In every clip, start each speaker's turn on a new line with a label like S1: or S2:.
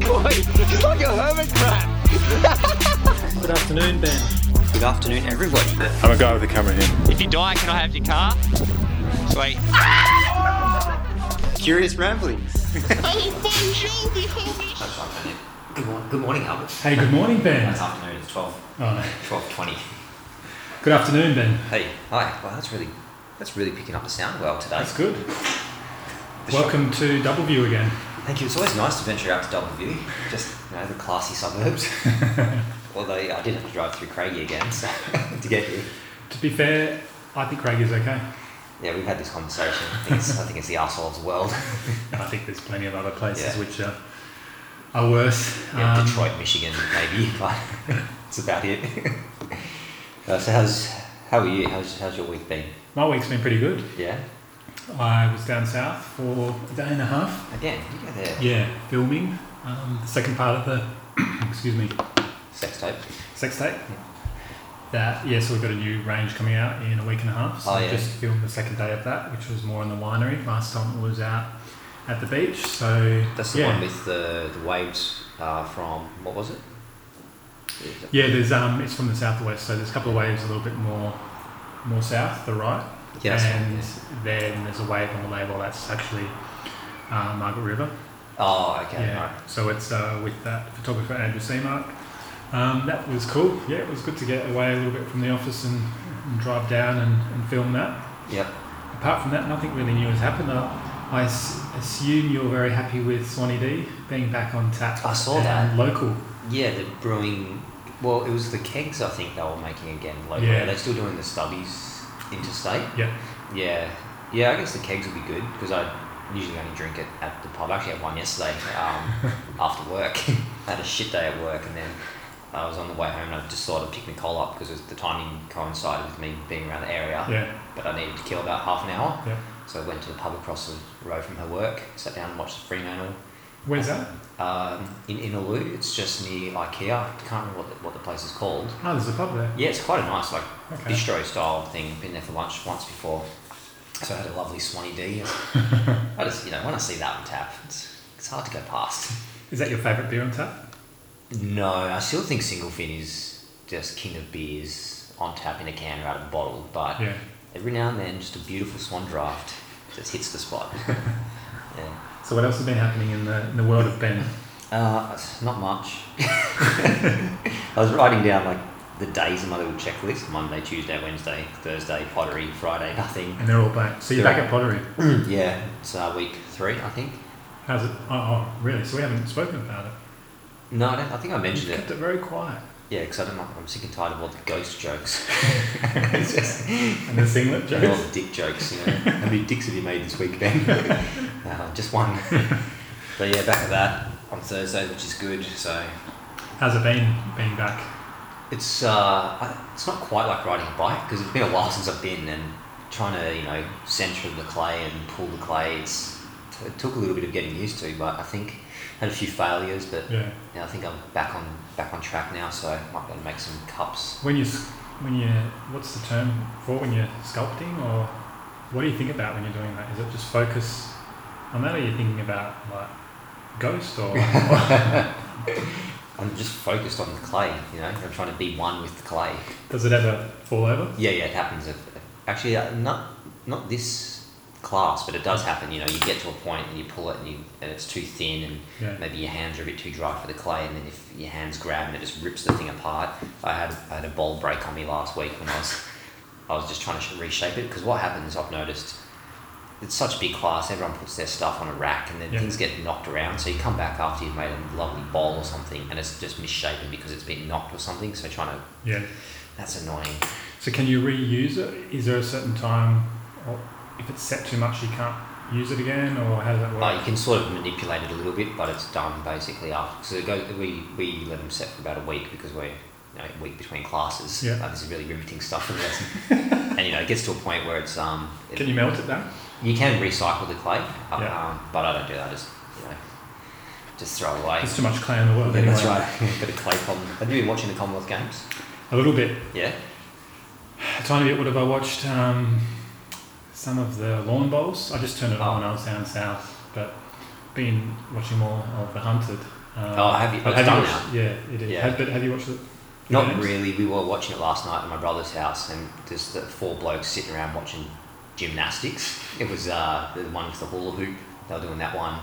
S1: Boy, it's like a hermit crab.
S2: Good afternoon, Ben.
S3: Good afternoon, everybody.
S4: I'm a guy with a camera here.
S1: If you die, can I have your car? Sweet.
S3: Curious ramblings. good, mor- good morning, Albert.
S2: Hey, good morning, Ben.
S3: It's afternoon. It's 12,
S2: Oh,
S3: 12.20.
S2: good afternoon, Ben.
S3: Hey, hi. Wow, that's really, that's really picking up the sound well today.
S2: That's good.
S3: The shop-
S2: Welcome to Double View again.
S3: Thank you. It's always nice to venture out to Double View, just you know the classy suburbs. Although yeah, I did have to drive through Craigie again so, to get here.
S2: To be fair, I think Craig is okay.
S3: Yeah, we've had this conversation. I think it's, I think it's the arsehole's world.
S2: And I think there's plenty of other places
S3: Yeah.
S2: which are, are worse.
S3: Yeah,
S2: Um,
S3: Detroit, Michigan, maybe, but it's about it. Uh, so how's how are you? How's how's your week been?
S2: Um, My week's been pretty good.
S3: Yeah.
S2: I was down south for a day and a half.
S3: Again, you go there.
S2: Yeah, filming um, the second part of the, excuse me,
S3: Sex tape.
S2: sex tape. That yeah, so we've got a new range coming out in a week and a half. So
S3: Oh,
S2: we
S3: yeah.
S2: just filmed the second day of that, which was more in the winery. Last time it was out at the beach. So
S3: That's the
S2: yeah.
S3: one with the the waves uh, from what was it?
S2: Yeah, there's um, it's from the southwest, so there's a couple of waves a little bit more, more south, the right,
S3: Yeah, that's the one,
S2: and
S3: yeah.
S2: then there's a wave on the label that's actually uh, Margaret River.
S3: Oh, okay.
S2: yeah,
S3: right.
S2: so it's uh, with that photographer Andrew Seamark. Um, that was cool. Yeah, it was good to get away a little bit from the office and, and drive down and, and film that.
S3: Yep.
S2: Apart from that, nothing really new has happened. I, I s- assume you're very happy with Swanee D being back on tap.
S3: I saw
S2: and
S3: that.
S2: local.
S3: Yeah, the brewing. Well, it was the kegs I think they were making again locally.
S2: Yeah.
S3: Are they still doing the stubbies interstate?
S2: Yeah,
S3: Yeah, yeah. I guess the kegs will be good because I usually only drink it at the pub. I actually had one yesterday um, after work. I had a shit day at work, and then I was on the way home and I just decided to pick Nicole up because the timing coincided with me being around the area.
S2: yeah,
S3: But I needed to kill about half an hour,
S2: yeah.
S3: so I went to the pub across the road from her work, sat down and watched the Fremantle
S2: Where's that?
S3: um, in Inaloo. It's just near IKEA. I can't remember what the, what the place is called.
S2: Oh, there's a pub there.
S3: Yeah, it's quite a nice like
S2: Okay.
S3: bistro style thing. Been there for lunch once before, so I had a lovely Swanee D. I just you know when I see that on tap, it's, it's hard to go past.
S2: Is that your favourite beer on tap?
S3: No, I still think single fin is just king of beers on tap in a can or out of a bottle, but
S2: Yeah.
S3: every now and then just a beautiful Swan draft just hits the spot. yeah.
S2: So what else has been happening in the, in the world of Ben?
S3: Uh, not much. I was writing down like the days in my little checklist: Monday, Tuesday, Wednesday, Thursday, pottery, Friday, nothing.
S2: And they're all back. So you're
S3: Yeah.
S2: back at pottery.
S3: yeah, it's uh, week three, I think.
S2: How's it? Oh, oh, really? So we haven't spoken about it.
S3: No, I, don't, I think I
S2: You
S3: mentioned
S2: kept
S3: it.
S2: it very quiet.
S3: Yeah, because I'm, I'm sick and tired of all the ghost jokes. it's just
S2: And the singlet
S3: and all
S2: jokes.
S3: the dick jokes. You know, how many dicks have you made this week, Ben? uh, just one. but yeah, back at that on Thursday, which is good. So
S2: How's it been being back?
S3: It's uh, I- it's not quite like riding a bike because it's been a while since I've been and trying to you know centre the clay and pull the clay. It's, it took a little bit of getting used to, but I think had a few failures, but
S2: Yeah.
S3: you know, I think I'm back on back on track now, so I might be able to make some cups.
S2: When you s- when you what's the term for when you're sculpting or what do you think about when you're doing that? Is it just focus on that, or are you thinking about like ghost or?
S3: I'm just focused on the clay, you know. I'm trying to be one with the clay.
S2: does it ever fall over?
S3: Yeah, yeah, it happens. It- Actually, uh, not not this class, but it does happen. You know, you get to a point and you pull it and you and it's too thin and.
S2: Yeah.
S3: maybe your hands are a bit too dry for the clay, and then if your hands grab and it just rips the thing apart. I had I had a bowl break on me last week when I was I was just trying to sh- reshape it because what happens I've noticed it's such a big class. Everyone puts their stuff on a rack, and then
S2: Yeah.
S3: things get knocked around. So you come back after you've made a lovely bowl or something, and it's just misshapen because it's been knocked or something. So trying to
S2: Yeah.
S3: that's annoying.
S2: So can you reuse it? Is there a certain time, or if it's set too much, you can't use it again, or how does that work?
S3: Uh, you can sort of manipulate it a little bit, but it's done basically after. So it goes, we, we let them set for about a week because we're you know, a week between classes.
S2: Yeah.
S3: Uh, this is really riveting stuff in this. and you know, it gets to a point where it's um, it-
S2: Can you melt it down?
S3: you can recycle the clay, uh,
S2: Yeah.
S3: um, but I don't do that. I just you know, just throw it away.
S2: There's too much clay in the world.
S3: yeah,
S2: anyway.
S3: that's right. Got a clay problem. Have you been watching the Commonwealth Games?
S2: A little bit,
S3: Yeah.
S2: a tiny bit. What have I watched? Um, some of the lawn bowls. I just turned it
S3: Oh.
S2: on when I was down south, but been watching more of The Hunted. Um,
S3: Oh, have you?
S2: but
S3: It's
S2: have you
S3: done
S2: watched,
S3: now.
S2: Yeah, it is.
S3: Yeah.
S2: Have, but have you watched it?
S3: Not
S2: James?
S3: really. We were watching it last night at my brother's house, and there's the four blokes sitting around watching gymnastics. It was uh, the one with the hula hoop. They were doing that one,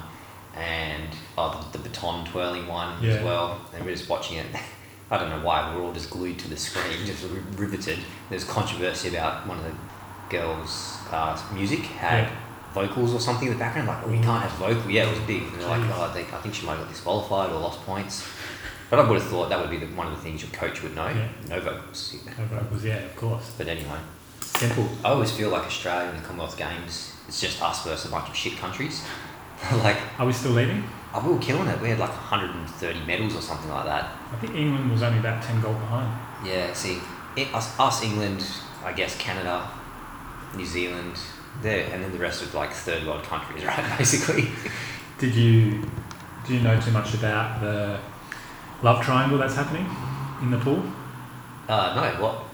S3: and oh, the, the baton twirling one
S2: Yeah.
S3: as well. And we're just watching it. I don't know why we're all just glued to the screen, just ri- riveted. There's controversy about one of the girls' uh, music had
S2: Yeah.
S3: vocals or something in the background. Like, "Oh, we
S2: Ooh.
S3: can't have vocal. Yeah, it was big. And they're like,
S2: Jeez.
S3: oh, I think I think she might have got disqualified or lost points. But I would have thought that would be the, one of the things your coach would know.
S2: Yeah.
S3: No vocals.
S2: No vocals, Oh, yeah, of course.
S3: But anyway,
S2: Simple.
S3: I always feel like Australia in the Commonwealth Games, it's just us versus a bunch of shit countries. like,
S2: Are we still leading?
S3: oh, we were killing it. We had like 130 medals or something like that.
S2: I think England was only about 10 goal behind.
S3: Yeah, see, it, us, us, England, I guess Canada, New Zealand, there, and then the rest of like third world countries, right? Basically.
S2: Did you do you know too much about the love triangle that's happening in the pool?
S3: Uh, no, what?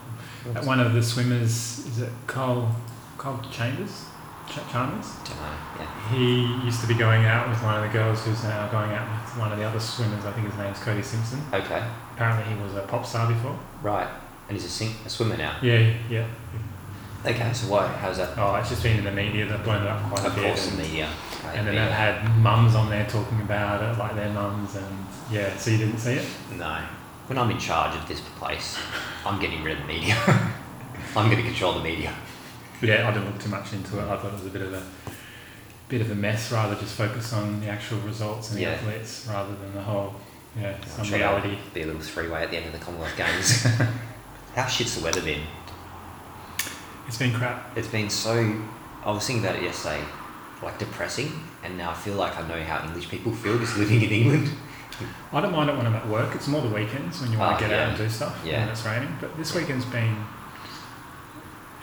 S2: That one of the swimmers is it Cole Cole Chambers? Ch- Chalmers?
S3: Don't know. Yeah.
S2: He used to be going out with one of the girls who's now going out with one of the other swimmers. I think his name's Cody Simpson.
S3: Okay.
S2: Apparently, he was a pop star before.
S3: Right. And he's a, sing- a swimmer now.
S2: Yeah, yeah.
S3: Okay, so why? How's that?
S2: Oh, it's just been in the media. They've blown it up quite
S3: Of
S2: a bit.
S3: course, in
S2: and,
S3: the uh, media.
S2: and then they've had mums on there talking about it, like their mums, and yeah. So you didn't see it?
S3: No. When I'm in charge of this place, I'm getting rid of the media. I'm going to control the media.
S2: Yeah, I didn't look too much into it. I thought it was a bit of a bit of a mess. Rather just focus on the actual results and the
S3: Yeah.
S2: athletes rather than the whole yeah
S3: I'm
S2: some
S3: sure
S2: reality.
S3: there'll Be a little three-way at the end of the Commonwealth Games. How shit's the weather been?
S2: It's been crap.
S3: It's been so. I was thinking about it yesterday, like depressing, and now I feel like I know how English people feel just living in England.
S2: I don't mind it when I'm at work. It's more the weekends when you want
S3: Ah,
S2: to get
S3: yeah.
S2: out and do stuff
S3: Yeah.
S2: when it's raining. But this weekend's been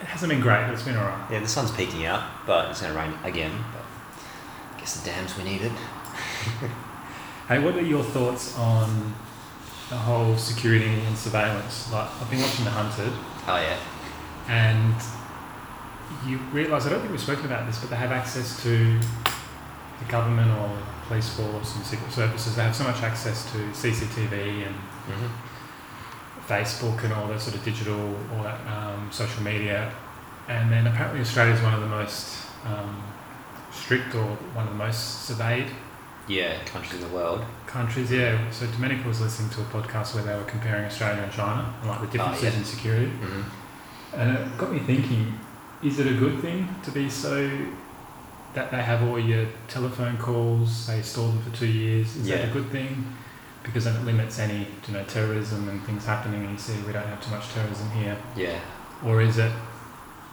S2: it hasn't been great. But it's been alright.
S3: Yeah, the sun's peeking out, but it's going to rain again. But I guess the dams we need it.
S2: Hey, what are your thoughts on the whole security and surveillance? Like I've been watching The Hunted,
S3: Oh yeah.
S2: and you realise I don't think we've spoken about this, but they have access to the government or police force and secret services. They have so much access to CCTV and
S3: Mm-hmm.
S2: Facebook and all that sort of digital, all that um, social media. And then apparently Australia's one of the most um, strict or one of the most surveyed
S3: Yeah, countries in the world.
S2: countries. Yeah. So Dominica was listening to a podcast where they were comparing Australia and China and like the differences
S3: Oh, yeah.
S2: in security.
S3: Mm-hmm.
S2: And it got me thinking, is it a good thing to be so that they have all your telephone calls, they store them for two years? Is that
S3: Yeah.
S2: a good thing? Because then it limits any you know, terrorism and things happening and you see we don't have too much terrorism here.
S3: Yeah.
S2: Or is it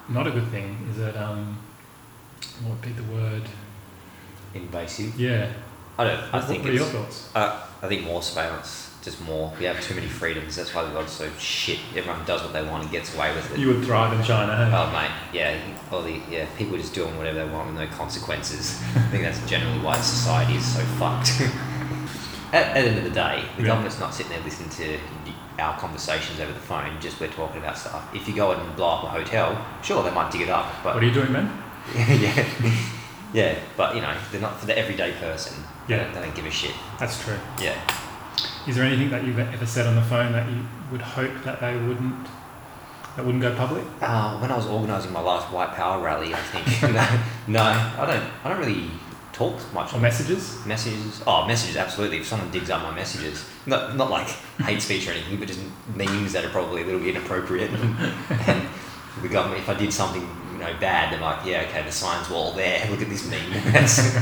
S2: not a good thing? Is it um what would be the word?
S3: Invasive.
S2: Yeah.
S3: I don't. I
S2: what
S3: think
S2: what are
S3: it's.
S2: your thoughts?
S3: Uh, I think more surveillance, just more. We have too many freedoms. That's why the world's so shit. Everyone does what they want and gets away with it.
S2: You would thrive in China, hey?
S3: oh mate, yeah, all the yeah people just doing whatever they want with no consequences. I think that's generally why society is so fucked. at, at the end of the day, the
S2: Yeah.
S3: government's not sitting there listening to our conversations over the phone. Just we're talking about stuff. If you go and blow up a hotel, sure they might dig it up, but
S2: What are you doing, man?
S3: yeah, yeah, but you know they're not for the everyday person. They
S2: Yeah.
S3: don't- they don't give a shit.
S2: That's true.
S3: Yeah.
S2: Is there anything that you've ever said on the phone that you would hope that they wouldn't that wouldn't go public?
S3: Uh, when I was organising my last white power rally, I think no, no, I don't. I don't really talk much
S2: Or
S3: on
S2: messages?
S3: messages. Oh, messages absolutely. If someone digs up my messages, not not like hate speech or anything, but just memes that are probably a little bit inappropriate. and the government, if I did something you know bad, they're like, yeah, okay, the signs were all there. Look at this meme. That's-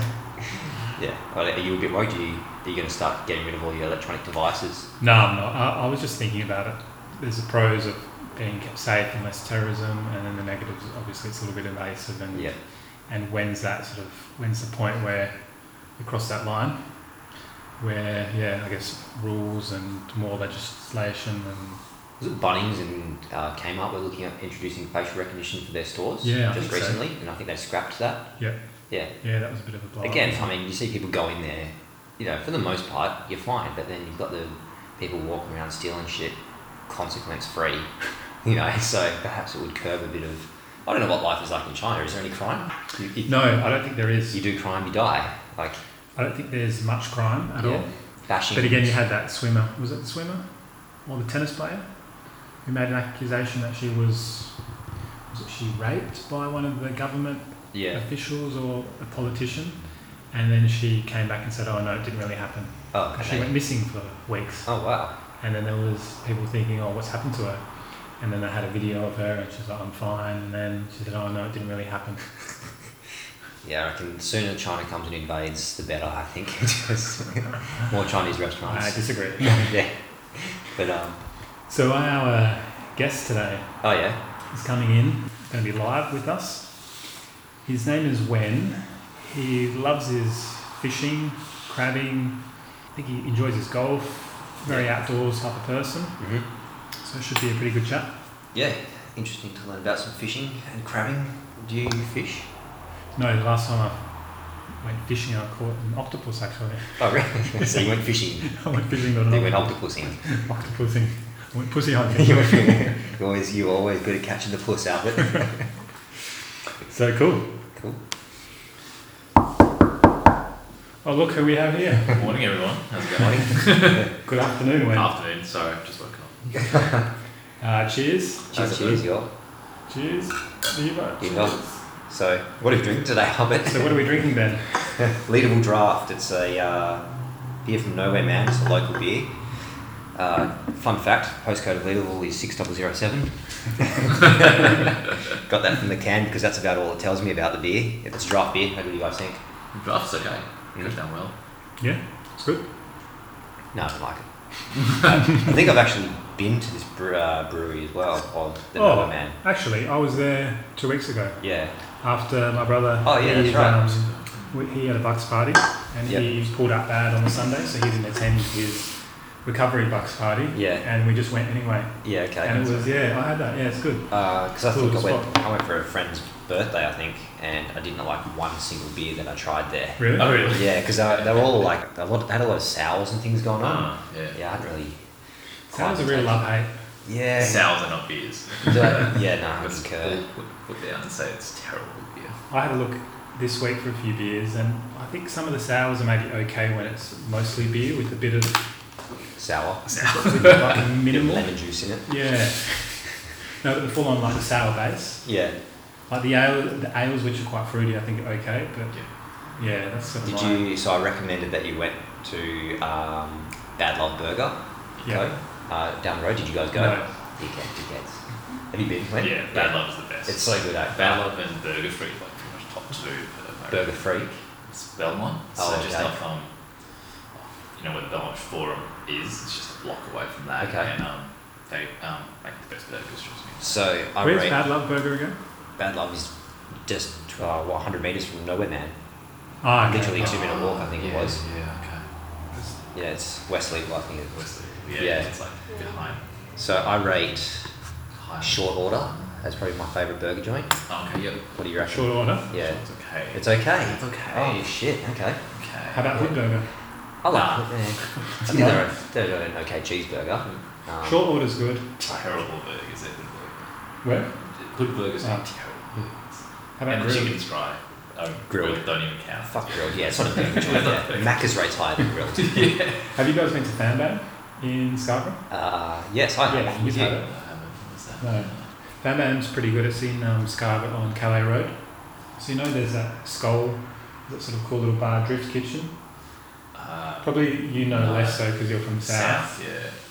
S3: yeah. Well, Are you a bit worried? Are you, are you going to start getting rid of all your electronic devices?
S2: No, I'm not. I, I was just thinking about it. There's the pros of being kept safe and less terrorism, and then the negatives. Obviously, it's a little bit invasive, and
S3: Yeah.
S2: and when's that sort of when's the point where we cross that line, where yeah, I guess rules and more legislation and
S3: Was it Bunnings and uh, Kmart were looking at introducing facial recognition for their stores
S2: Yeah, I
S3: just
S2: think so.
S3: recently, and I think they scrapped that.
S2: yeah, um,
S3: Yeah.
S2: yeah, that was a bit of a blow.
S3: Again, I mean, you see people go in there, you know, for the most part, you're fine, but then you've got the people walking around stealing shit, consequence free, you know, so perhaps it would curb a bit of. I don't know what life is like in China. Is there any crime? You, you,
S2: No, I don't think there
S3: you
S2: is.
S3: do crime, you die. Like,
S2: I don't think there's much crime at
S3: Yeah.
S2: all.
S3: Bashing.
S2: But again, you had that swimmer. Was it the swimmer or the tennis player who made an accusation that she was was it she raped by one of the government
S3: Yeah.
S2: officials or a politician, and then she came back and said, "Oh no, it didn't really happen."
S3: Oh,
S2: She
S3: okay.
S2: went missing for weeks,
S3: Oh, wow.
S2: and then there was people thinking, "Oh, what's happened to her?" And then they had a video of her, and she's like, "I'm fine," and then she said, "Oh no, it didn't really happen."
S3: Yeah, I reckon the sooner China comes and invades, the better, I think. Just more Chinese
S2: I
S3: restaurants.
S2: disagree.
S3: yeah. But, um,
S2: so our guest today
S3: oh, yeah.
S2: is coming in, going to be live with us. His name is Wen. He loves his fishing, crabbing. I think he enjoys his golf. Very outdoors type of person.
S3: hmm
S2: So it should be a pretty good chat.
S3: Yeah, interesting to learn about some fishing and crabbing. Do you fish?
S2: No, the last time I went fishing, I caught an octopus actually.
S3: Oh, really? so you went fishing.
S2: I went fishing on
S3: You
S2: an
S3: went octopusing.
S2: octopusing. I went pussy
S3: you
S2: hunting.
S3: went- you always, you always good at catching the puss, Albert.
S2: so cool.
S3: Cool.
S2: Oh, look who we have here.
S4: Morning, everyone. How's it going?
S3: Morning.
S2: Good afternoon, Wayne.
S4: Afternoon. Sorry, I've just woken up.
S2: Uh, cheers.
S3: Cheers, cheers, y'all.
S2: Cheers. To you both.
S3: You both. So, what are you drinking today, Albert?
S2: So what are we drinking then?
S3: Leadable Draft. It's a uh, beer from Nowhere Man. It's a local beer. Uh, fun fact: postcode of Leadable is six double zero seven. Got that from the can because that's about all it tells me about the beer. If it's draft beer, how do you guys think?
S4: Draft's okay. Goes down well.
S2: Yeah, it's good.
S3: No, I don't like it. I think I've actually been to this bre- uh, brewery as well, or the
S2: Oh.
S3: Nowhere Man.
S2: Actually, I was there two weeks ago
S3: Yeah.
S2: after my brother.
S3: Oh, yeah, that's
S2: he's,
S3: right.
S2: Um, we- he had a bucks party and he pulled up bad on the Sunday, so he didn't attend his recovery bucks party.
S3: Yeah.
S2: And we just went anyway.
S3: Yeah. Okay.
S2: and it was yeah, I had that. Yeah, it's good.
S3: because I
S2: Cool
S3: think I
S2: spot.
S3: went, I went for a friend's birthday, I think, and I didn't like one single beer that I tried there.
S2: Really?
S4: Oh, really?
S3: Yeah, because they were all like a lot. They had a lot of sours and things going on.
S4: Ah, yeah.
S3: Yeah, I hadn't really.
S2: Sounds a real love hate.
S3: Yeah.
S4: Sours are not beers.
S3: Do I- yeah, no, I
S4: Let's
S3: concur.
S4: put, put down and say it's terrible beer.
S2: I had a look this week for a few beers, and I think some of the sours are maybe okay when it's mostly beer with a bit of
S3: Sour.
S2: with like a minimal.
S3: Lemon juice in it.
S2: Yeah. No, but the full on like the sour base.
S3: Yeah.
S2: Like the ale, the ales which are quite fruity, I think are okay. But yeah, that's sort of
S3: Did
S2: my-
S3: you? So I recommended that you went to um, Bad Love Burger.
S2: Yeah.
S3: Co, Uh, down the road, did you guys go?
S2: No.
S3: Dickhead, dickheads. Have you been? Clint?
S4: Yeah, Bad Love is the best.
S3: It's so good. Eh?
S4: Bad Love and Burger Free, like pretty much top two. For
S3: Burger Freak.
S4: It's Belmont.
S3: Oh,
S4: so just
S3: okay.
S4: off, um, you know where the Belmont Forum is. It's just a block away from that.
S3: Okay.
S4: And um, they um, make the best burgers. Trust me.
S3: So I
S2: Where's
S3: rate-
S2: Bad Love Burger again?
S3: Bad Love is just uh, 100 meters from nowhere, man.
S2: Ah, okay.
S3: Literally two minute walk, I think it
S4: yeah,
S3: was.
S4: Yeah. Okay.
S3: Yeah, it's Wesley, I think it was.
S4: West- Yeah,
S3: Yeah.
S4: It's like behind.
S3: So I rate uh,
S4: behind
S3: Short Order as probably my favourite burger joint.
S4: oh, Okay. Yep.
S3: What do you reckon?
S2: Short order.
S3: Yeah,
S4: It's okay.
S3: it's okay.
S4: It's okay.
S3: Oh shit, okay.
S4: okay.
S2: How about Hood Burger?
S3: I like
S4: Nah.
S3: it. Yeah. I think they're, a- they're an okay cheeseburger. Um,
S2: Short order's good.
S4: terrible burgers? They're good
S2: Where?
S4: burgers. Good burgers
S2: Ah.
S4: are terrible. burgers.
S2: How about
S4: And the
S2: grilled?
S4: chicken's dry. Um,
S3: Grilled.
S4: really Don't even count.
S3: Fuck grilled, yeah, it's not a burger joint. Yeah. Macca's rates higher than grilled.
S2: Have you guys been to Fanbad in Scarborough?
S3: Uh, yes, I have.
S2: Yeah, you've
S3: You-
S2: had
S4: I
S2: it.
S4: haven't. What's that?
S2: No. Fanbad's pretty good. It's in um, Scarborough on Calais Road. So you know there's that skull, that sort of cool little bar, Drift Kitchen.
S4: Uh,
S2: Probably you know
S4: No.
S2: less so because you're from South.
S4: south.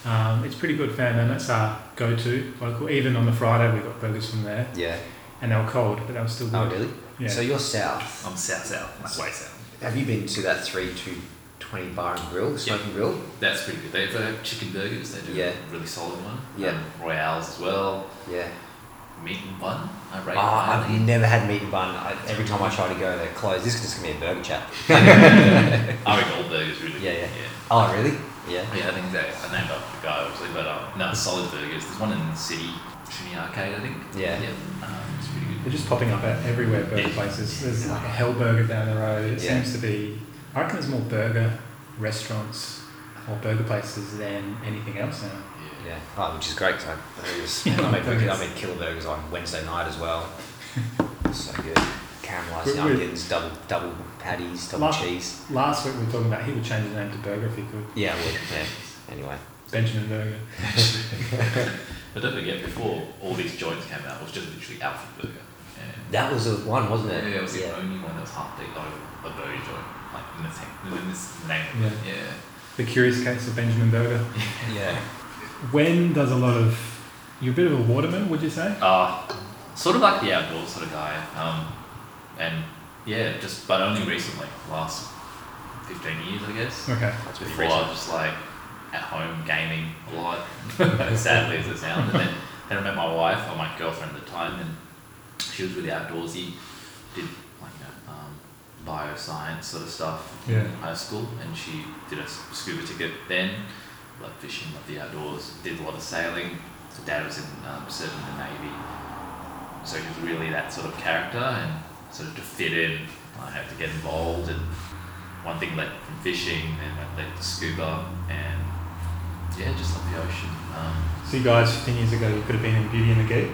S4: Yeah.
S2: Um, it's pretty good, Fanbad. That's our go-to local. Even on the Friday, we got burgers from there,
S3: Yeah.
S2: and they were cold, but they were still good.
S3: Oh, really?
S2: Yeah.
S3: So you're south.
S4: I'm south south. That's way south.
S3: Have you been to that 3 to 20 bar and grill, smoking grill?
S4: That's pretty good. They they have chicken burgers. They do
S3: Yeah.
S4: a really solid one.
S3: Yeah.
S4: Um, Royales as well.
S3: Yeah.
S4: Meat and bun. I rate.
S3: Ah,
S4: highly.
S3: I've never had meat and bun. I, every time I try to go, they're closed. This is just gonna be a burger chat.
S4: I reckon all burgers really.
S3: Yeah,
S4: good,
S3: yeah. Oh, really? Yeah.
S4: yeah. Yeah, I think they I named after the guy obviously, but um, no, solid burgers. There's one in the city, Trinity Arcade, I think.
S3: Yeah.
S4: Yeah. Um, it's pretty good.
S2: They're just popping up at everywhere burger places. There's like a hell burger down the road. It
S3: Yeah.
S2: seems to be. I reckon there's more burger restaurants or burger places than anything else now.
S4: Yeah.
S3: Yeah. Oh, which is great. 'cause I, I, was,
S2: Yeah,
S3: I, made, burgers-
S2: burgers.
S3: I made killer burgers on Wednesday night as well. So good. caramelized
S2: Wait, wait.
S3: onions, double double patties, double
S2: Last-
S3: cheese.
S2: Last week we were talking about he would change his name to Burger if he could.
S3: Yeah, well, yeah. Anyway,
S2: Benjamin Burger.
S4: But don't forget, before all these joints came out, it was just literally Alfred Burger. And
S3: that was the one, wasn't
S4: yeah,
S3: it?
S4: it was the only one that was half decent of a burger joint, like in this, in this name.
S2: Yeah.
S4: yeah.
S2: The curious case of Benjamin Burger.
S3: Yeah.
S2: When does a lot of you're a bit of a waterman, would you say?
S4: Uh, sort of like the outdoor sort of guy. Um, and yeah, just but only recently, last 15 years, I guess.
S2: Okay.
S3: That's pretty
S4: Before I was just like at home gaming a lot, as sadly as it sounds. And then, then I met my wife, or my girlfriend at the time, and she was really outdoorsy, did like you know, um, bioscience sort of stuff
S2: Yeah.
S4: in high school, and she did a s- scuba ticket then. Loved fishing, loved the outdoors, did a lot of sailing. So dad was in um, serving the navy, so he was really that sort of character, and sort of to fit in, I had to get involved. And one thing led from fishing, and that led to scuba, and yeah, just love the ocean. Um,
S2: So you guys, 15 years ago, you could have been in Beauty and the Geek.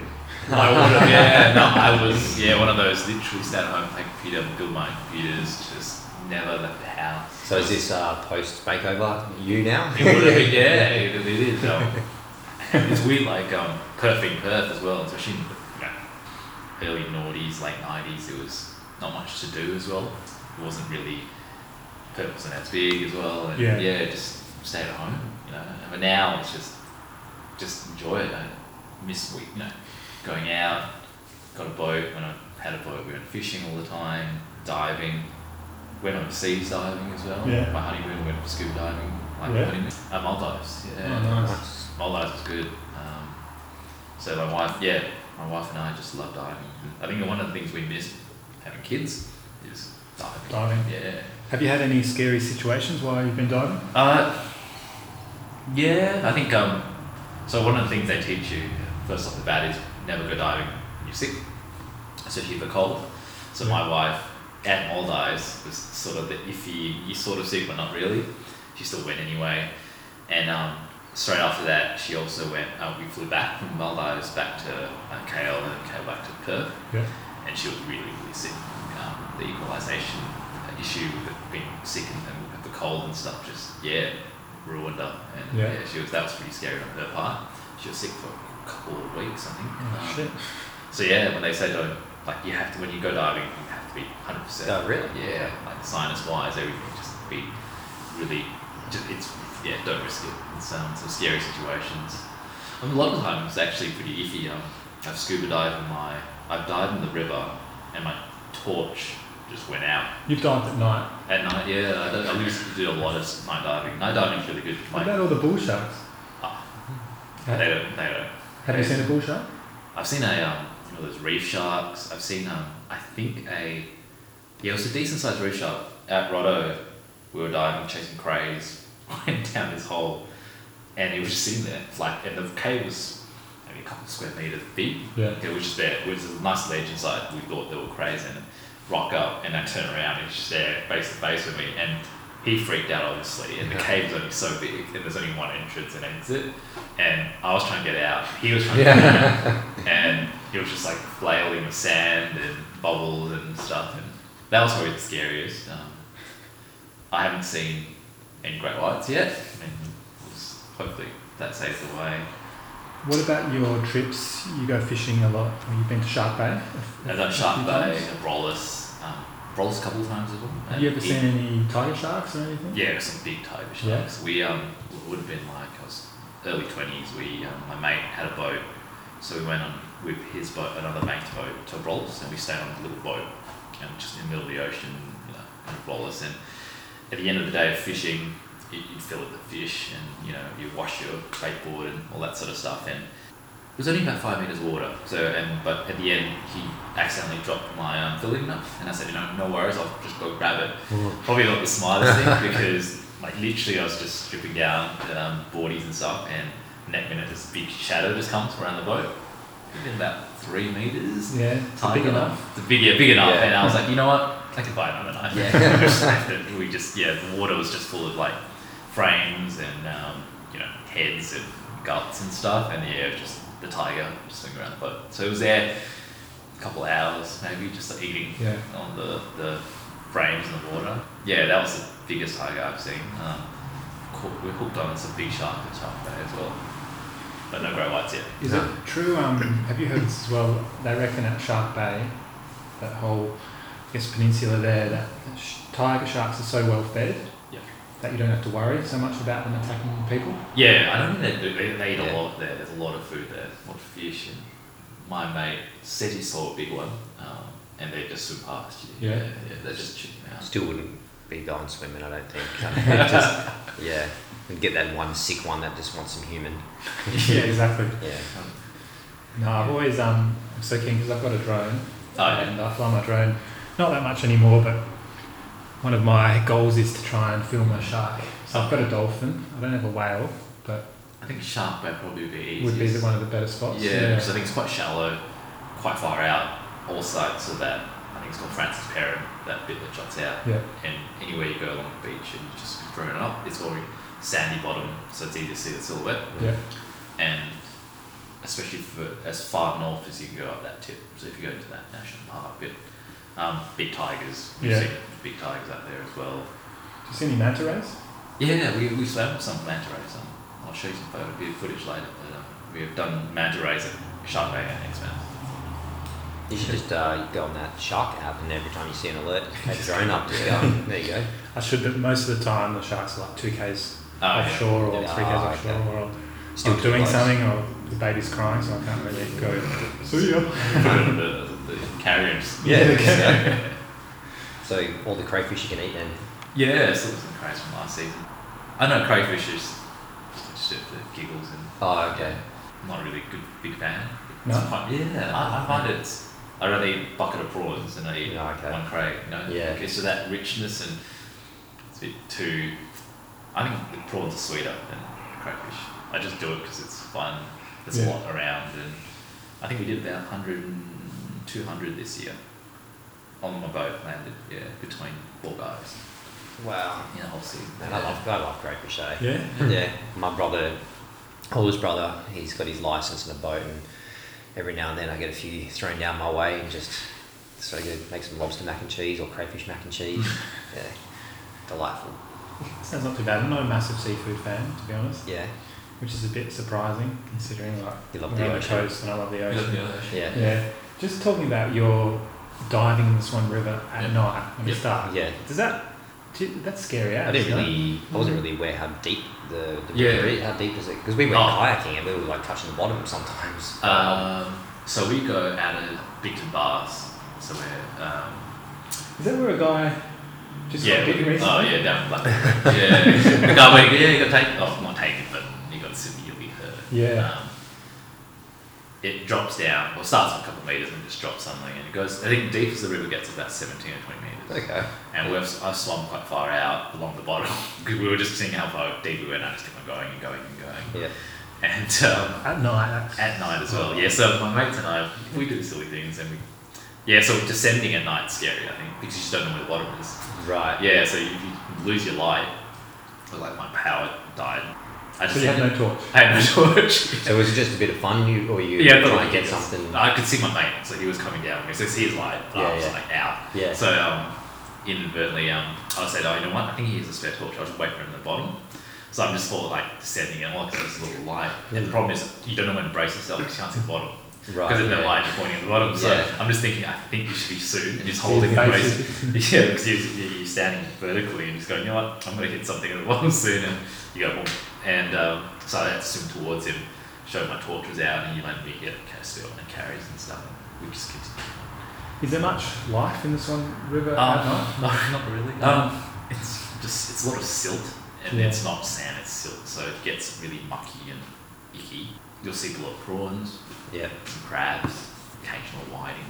S4: I would have, yeah. No, I was, yeah, one of those literally sat at home, play computer, build my computers, just never left the house.
S3: So is this uh, post makeover you now?
S4: It would have been, yeah, it, it is. Um, it's weird, like, um, Perth being Perth as well, especially in the you know, early noughties, late 90s, it was not much to do as well. It wasn't really, Perth wasn't as big as well. And
S2: Yeah.
S4: yeah. just stay at home, you know. But now it's just, just enjoy it. I miss, we- you know, going out, got a boat. When I had a boat, we went fishing all the time, diving. Went overseas diving as well.
S2: Yeah.
S4: My honeymoon went scuba diving. Like
S2: Yeah.
S4: honeymoon. Uh, Maldives. Yeah.
S2: Oh, nice.
S3: Nice.
S4: Maldives was good. Um, so my wife, yeah, my wife and I just love diving. I think one of the things we miss having kids is diving.
S2: Diving.
S4: Yeah.
S2: Have you had any scary situations while you've been diving?
S4: Uh, yeah, I think um, so. One of the things they teach you first off the bat is never go diving when you're sick, especially if you're cold. So my wife at Maldives was sort of the iffy, you sort of sick but not really. She still went anyway, and um, straight after that she also went. Uh, we flew back from Maldives back to uh, KL and then came back to Perth
S2: Yeah.
S4: and she was really, really sick. Um, the equalisation issue with it being sick and, and with the cold and stuff just, yeah, ruined her. And
S2: Yeah.
S4: yeah. she was, that was pretty scary on her part. She was sick for a couple of weeks, I think.
S2: Oh,
S4: Um,
S2: shit.
S4: So yeah, when they say don't, like you have to, when you go diving, you have to be 100%.
S3: Oh, really?
S4: Yeah, like sinus wise, everything, just be really, just, it's, yeah, don't risk it. It's um, some scary situations. Um, a lot of the time it's actually pretty iffy. Um, I've scuba dived in my, I've dived in the river and my torch just went out
S2: You've dived at night.
S4: at night. Yeah, I, don't- I used to do a lot of night diving. Night diving's really good.
S2: What
S4: Like,
S2: about all the bull sharks?
S4: they don't, they don't.
S2: Have you seen a bull shark?
S4: I've seen a, um, you know, those reef sharks. I've seen, um, I think a, yeah, it was a decent sized reef shark at Roto. We were diving, chasing crays, went down this hole, and it was just sitting there, like, and the cave was maybe a couple of square meters deep.
S2: Yeah.
S4: It was just there. It was a nice ledge inside. We thought there were crays in it. Rock up, and I turn around, and it's just there, face to face with me, and he freaked out obviously. And the
S3: Yeah.
S4: cave's only so big, and there's only one entrance and exit. And I was trying to get out. He was trying to get out
S3: Yeah.
S4: and he was just like flailing with sand and bubbles and stuff, and that was probably the scariest. Um, I haven't seen any great whites yet, and we'll s- hopefully that saves the way.
S2: What about your trips? You go fishing a lot. Or you've been to Shark Bay? a- a
S4: I've done
S2: few
S4: Shark Bay,
S2: times?
S4: Rollis, um, Rollis a couple of times as well.
S2: Have you ever
S4: He-
S2: seen any tiger sharks or anything?
S4: Yeah, some big tiger
S2: Yeah.
S4: sharks. We um it would have been like I was early twenties. We um, my mate had a boat, so we went on with his boat, another mate's boat to Rollis, and we stayed on a little boat, and just in the middle of the ocean, you know, in Rollis. And at the end of the day of fishing, you, you'd fill up the fish, and you know you wash your bait board and all that sort of stuff, and it was only about five meters of water. So, and but at the end, he accidentally dropped my um, fillet knife, and I said, you know, no worries, I'll just go grab it. Probably not the smartest thing because, like, literally, I was just stripping down um, boardies and stuff, and next minute, this big shadow just comes around the boat. Within about three meters.
S2: Yeah. it's
S4: Tiger
S2: big enough.
S4: The big, yeah, big enough.
S3: Yeah.
S4: And I was like, you know what? I can buy another knife.
S3: Yeah.
S4: We just left it. we just, yeah, the water was just full of like frames and, um, you know, heads and guts and stuff. And yeah, it was just the tiger just swinging around the boat. So it was there. couple hours maybe just eating
S2: Yeah.
S4: on the, the frames in the water. Yeah, that was the biggest hug I've seen. Um, caught, we hooked on some big shark and shark bay as well, but no great whites yet.
S2: Is
S4: No.
S2: it true? Um, have you heard this as well? They reckon at Shark Bay, that whole I guess peninsula there, that sh- tiger sharks are so well fed
S4: Yeah.
S2: that you don't have to worry so much about them attacking people.
S4: Yeah, I don't think they do. They, they eat
S3: Yeah.
S4: a lot there. There's a lot of food there, a lot of fish. And my mate said he saw a big one, um, and they just swim past you.
S2: Yeah.
S4: yeah, they're just chipping out.
S3: Still wouldn't be going swimming, I don't think. It just, yeah, and get that one sick one that just wants some human.
S2: yeah, exactly.
S3: Yeah.
S2: No, I've always um, I'm so keen because I've got a drone
S4: Oh, yeah.
S2: and I fly my drone. Not that much anymore, but one of my goals is to try and film a shark. So I've got a dolphin. I don't have a whale, but
S4: I think Shark Bay probably would be
S2: it
S4: easiest.
S2: would be the one of the better spots.
S4: Yeah, because I think it's quite shallow, quite far out, all sides so that. I think it's called Francis Perrin, that bit that juts out.
S2: Yeah.
S4: And anywhere you go along the beach and you just be thrown up, it's all sandy bottom, so it's easy to see the silhouette.
S2: Yeah.
S4: And especially for as far north as you can go up that tip. So if you go into that national park bit, um, big tigers, we've
S2: Yeah.
S4: seen big tigers out there as well.
S2: Do you see any manta rays?
S4: Yeah, we, we've done some manta rays. Um, I'll show you some photo, bit of footage later. But, um, we have done manta rays at Shark Bay and X-Men.
S3: You should just uh, go on that shark app, and every time you see an alert, take your drone up. Just go. There you go.
S2: I should, but most of the time the sharks are like two k's
S4: Oh, yeah.
S2: offshore or
S3: Yeah,
S2: three k's
S3: ah,
S2: offshore,
S3: okay.
S2: or
S3: Still
S2: I'm
S3: too
S2: doing
S3: close.
S2: something, or the baby's crying, so I can't really go. See ya.
S4: the, the carriers.
S3: Yeah.
S4: yeah.
S3: okay. So all the crayfish you can eat then.
S4: Yeah, so it was some craze from last season. I know crayfish is just shit for giggles and
S3: Oh, okay.
S4: I'm not really a good big fan.
S2: No?
S4: It's quite, yeah, I, I find it's. I rather eat a bucket of prawns than I eat
S3: Yeah, okay.
S4: one cray. You know,
S3: Yeah.
S4: it gives you that richness and it's a bit too. I think the prawns are sweeter than crayfish. I just do it because it's fun. There's
S2: Yeah.
S4: a lot around, and I think we did about 100, and 200 this year on my boat landed. Yeah, between four guys.
S3: Wow.
S4: Yeah, whole season.
S3: Man, I love I love crayfish. Eh?
S2: Yeah.
S3: Yeah, my brother, oldest brother, he's got his license and a boat, and every now and then I get a few thrown down my way, and just so good. Make some lobster mac and cheese or crayfish mac and cheese. yeah, delightful.
S2: Sounds not too bad. I'm not a massive seafood fan, to be honest,
S3: Yeah,
S2: which is a bit surprising considering like
S3: you
S2: I'm
S3: love the
S2: on the
S3: ocean.
S2: coast and I love the ocean.
S3: Yeah,
S2: Yeah. Just talking about your diving in the Swan River at
S4: Yeah.
S2: night when you
S4: Yeah.
S2: start.
S3: yeah.
S2: Does that? do- That's scary.
S3: I
S2: eh?
S3: didn't really, I wasn't
S2: Mhm.
S3: really aware how deep the, the
S4: Yeah.
S3: river is. How deep is it? Because we went
S4: Oh.
S3: kayaking and we were like touching the bottom sometimes.
S4: Um, so we go out of Bigton Bars. So we're um,
S2: Is that where a guy just
S4: yeah,
S2: got big
S4: we-
S2: recently?
S4: oh yeah, down Black. yeah, no, wait, yeah, you got taken. Oh, not taken, but you got severely hurt.
S2: Yeah.
S4: Um, it drops down. Well, starts with a couple of meters and just drops suddenly, and it goes. I think deep as the river gets, is about seventeen or twenty meters.
S3: okay.
S4: And we've I swam quite far out along the bottom because we were just seeing how far deep we went. I just kept on going and going and going.
S3: Yeah.
S4: And um,
S2: At night. that's-
S4: at night as well. Yeah, so my mates and I, we do silly things and we. Yeah, so descending at night's scary, I think, because you just don't know where the bottom is.
S3: Right.
S4: Yeah, so if you lose your light, or like my power died. I just
S2: So you had no torch.
S4: I had no torch.
S3: So was it just a bit of fun, you or you
S4: Yeah, but
S3: trying
S4: like,
S3: to get
S4: yes. Uh,
S3: something?
S4: I could see my mate, so he was coming down with me. So it's his light, but
S3: Yeah,
S4: I was
S3: yeah.
S4: like out.
S3: Yeah.
S4: So um, inadvertently, um, I said, "Oh, you know what? I think he has a spare torch. I'll just wait for him at the bottom." So I'm just sort of like descending and like this little light. And the problem is you don't know when to brace yourself because you can't see the bottom.
S3: Right,
S4: Because there's no
S3: yeah.
S4: light you're pointing at the bottom. So
S3: Yeah.
S4: I'm just thinking, I think you should be soon and just
S2: See
S4: holding
S2: the
S4: the
S2: faces.
S4: brace. yeah, because you're, you're standing vertically and just going, you know what? I'm going to hit something at the bottom soon. And you go, boom. And um, so I had to swim towards him, showed my torch was out, and he let me get kind of still and carries and stuff. And we just kept
S2: Is there much life in the Swan River at
S4: um,
S2: night?
S4: no, not really. Um, it's just it's a lot of silt, and
S2: Yeah.
S4: it's not sand; it's silt, so it gets really mucky and icky. You'll see a lot of prawns,
S3: Yeah.
S4: some crabs, occasional whiting,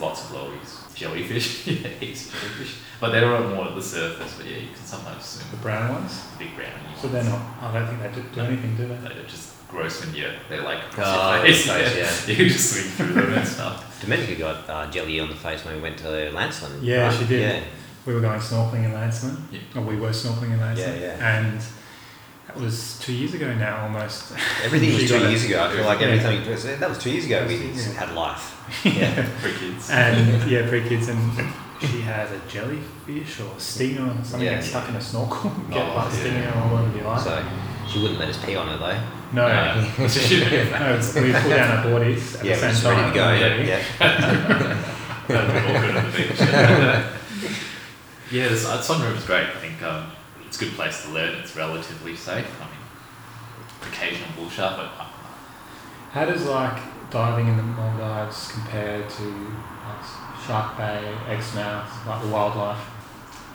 S4: lots of lowies, jellyfish. yeah, he's jellyfish, but they're on more at the surface. But yeah, you can sometimes swim
S2: The brown ones?
S4: with big brown.
S2: So they're not. I don't think they do, do anything, do they?
S4: They're just gross when you're they're like
S3: Oh,
S4: it's
S3: gross,
S4: yeah. you just swim through them and stuff.
S3: Dominica got uh, jelly on the face when we went to Lanceland.
S2: Yeah,
S3: right?
S2: she did. We were going snorkeling in Lanceland,
S4: Yeah.
S2: or we were snorkeling in Lanceland,
S3: Yeah, yeah.
S2: and was two years ago now almost.
S3: Everything was
S2: You
S3: two
S2: gotta-
S3: years ago. I feel like
S2: Yeah.
S3: every time you do it, that was two years ago. We
S2: Yeah.
S3: had life. Yeah.
S4: for kids.
S2: and yeah, pre kids, and she had a jellyfish or stinger or something
S3: Yeah.
S2: that's stuck in a snorkel. Get
S4: Oh,
S2: that
S4: yeah.
S2: stinger all over your life.
S3: So she wouldn't let us pee on her though.
S2: no,
S4: Uh, so she didn't get that.
S2: no, it's- we pulled down our boardies at the
S3: yeah, we're
S2: same
S3: just
S2: time.
S3: ready to go. Yeah,
S2: already.
S3: yeah.
S4: That'd be awkward on the beach. yeah, this, uh, Sunroom's great. I think um, it's a good place to learn. It's relatively safe. I mean, occasional bull shark, but uh,
S2: How does like diving in the Maldives compare to like, Shark Bay, Exmouth, like the wildlife?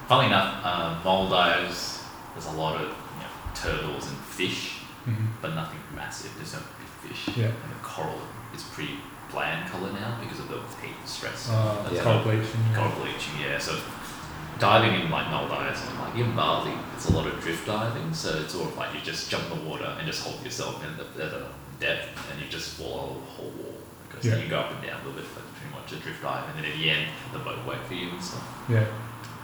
S4: funnily enough, uh, Maldives, there's a lot of you know, turtles and fish,
S3: Mm-hmm.
S4: but nothing massive. There's no big fish.
S2: Yeah.
S4: And the coral is pretty bland colour now because of the heat and stress.
S2: Uh,
S4: That's
S2: Cold
S4: not-
S2: bleaching.
S4: Coral bleaching, yeah. So diving in like Maldives and like in Bali, it's a lot of drift diving. So it's all like you just jump in the water and just hold yourself in the, at a depth and you just follow the whole wall. Because
S2: Yeah.
S4: you go up and down a little bit, but pretty much a drift dive. And then at the end, the boat wait for you and stuff.
S2: Yeah.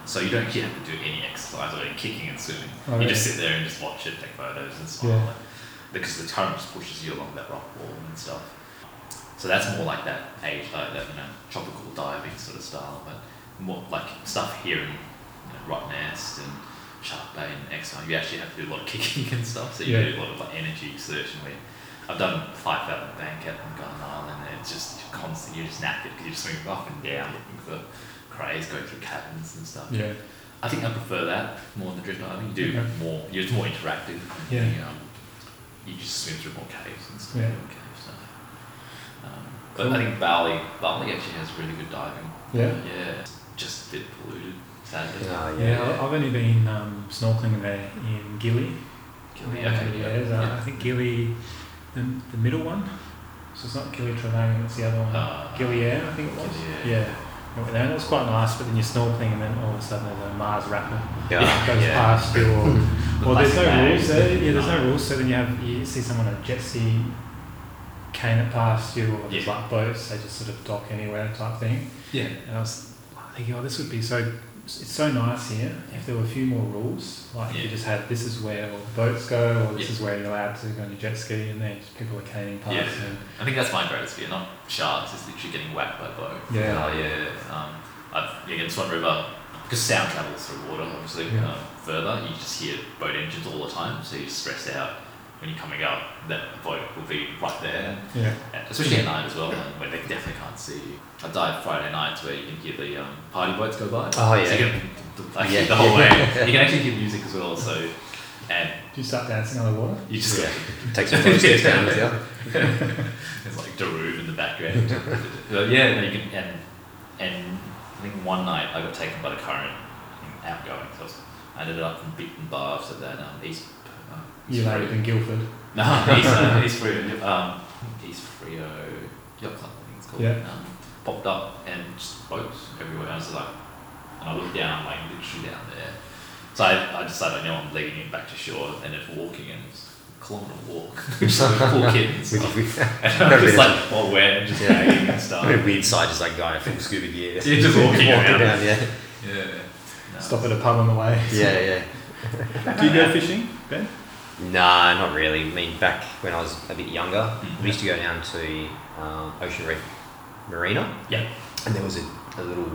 S4: So you don't actually have to do any exercise or any kicking and swimming.
S2: Oh,
S4: you
S2: really?
S4: just sit there and just watch it, take photos and smile.
S2: Yeah.
S4: Because the current just pushes you along that rock wall and stuff. So that's more like that age, like that you know, tropical diving sort of style, but more like stuff here in you know, Rotten Nest and Shark Bay and Exxon. You actually have to do a lot of kicking and stuff, so you
S2: Yeah.
S4: do a lot of like energy exertion. Where I've done five thousand bank out on Garden Island, and it's just constant. You're just knackered because you're swinging up and down looking for craze, going through cabins and stuff.
S2: Yeah.
S4: I think I prefer that more than the drift diving. You do
S2: Okay.
S4: more. You're it's more interactive.
S2: Yeah.
S4: You, um, you just swim through more caves and stuff.
S2: Yeah.
S4: More cave stuff. Um, but
S2: Cool.
S4: I think Bali, Bali actually has really good diving.
S2: Yeah.
S4: Yeah. Just a bit polluted, sadly.
S3: Oh,
S2: Yeah, I- I've only been um, snorkeling there in Gili.
S4: Gili,
S2: Yeah,
S4: okay, yeah,
S2: there's, uh,
S4: yeah.
S2: I think Gili, the, the middle one. So it's not Gili Trevang, it's the other one.
S4: Uh,
S2: Gili Air, I think it was.
S4: Gili Air.
S2: Yeah. And we- and it was quite nice, but then you're snorkeling and then all of a sudden there's a Mars rapper
S3: Yeah.
S2: goes
S4: yeah.
S2: past you. Or, well, there's
S4: plastic
S2: no
S4: bags.
S2: rules there. Yeah, there's no rules. So then you have you see someone on a jet ski cane it past you, or there's
S4: Yeah.
S2: like boats. They just sort of dock anywhere type thing.
S4: Yeah.
S2: And I was thinking, oh, this would be so. It's so nice here. If there were a few more rules, like you
S4: Yeah.
S2: just had this is where all the boats go, or this
S4: Yeah.
S2: is where you're allowed to go on your jet ski, and then just people are caning past.
S4: Yeah.
S2: And,
S4: I think that's my greatest fear, not sharks. It's literally getting whacked by a boat.
S2: Yeah.
S4: Oh, yeah. Um, I've, yeah, again, Swan River, because sound travels through water, obviously,
S2: Yeah.
S4: um, further, you just hear boat engines all the time, so you're stressed out when you're coming up. That boat will be right there,
S2: yeah.
S4: and especially at night as well, and where they definitely can't see you. I dive Friday nights where you can hear the um, party boats go by.
S3: Oh,
S4: So
S3: yeah.
S4: you can, like,
S3: Yeah.
S4: the whole way. You can actually hear music as well, so, and
S2: Do you start dancing on the water?
S4: you just
S3: Yeah. Take some photos down with you.
S4: It's like Darude in the background. Uh, yeah, no, you can, and and I think one night I got taken by the current in outgoing, so I, was, I ended up in Beaton Baths at that um, East. Um,
S2: You landed in Guildford.
S4: No, East, uh, East Frio. Um, East Frio Yacht Club, I think it's called.
S2: Yeah.
S4: Um, popped up and just boats everywhere. I was just like, and I looked down, like literally down there. So I, I decided, you know, I'm leading it back to shore and then walking and it's a kilometre walk. just like poor kid and stuff.
S3: With, with,
S4: And I'm just like all wet and just hanging and stuff.
S3: what a weird side, just like guy from Scooby Gear.
S4: Yeah, just walking around.
S3: down, yeah.
S4: Yeah. No.
S2: Stop at a pub on the way.
S3: Yeah, yeah.
S2: Do you go fishing, Ben?
S3: Nah, not really. I mean, back when I was a bit younger,
S4: Mhm.
S3: we used to go down to um, Ocean Reef Marina,
S4: Yeah.
S3: and there was a, a little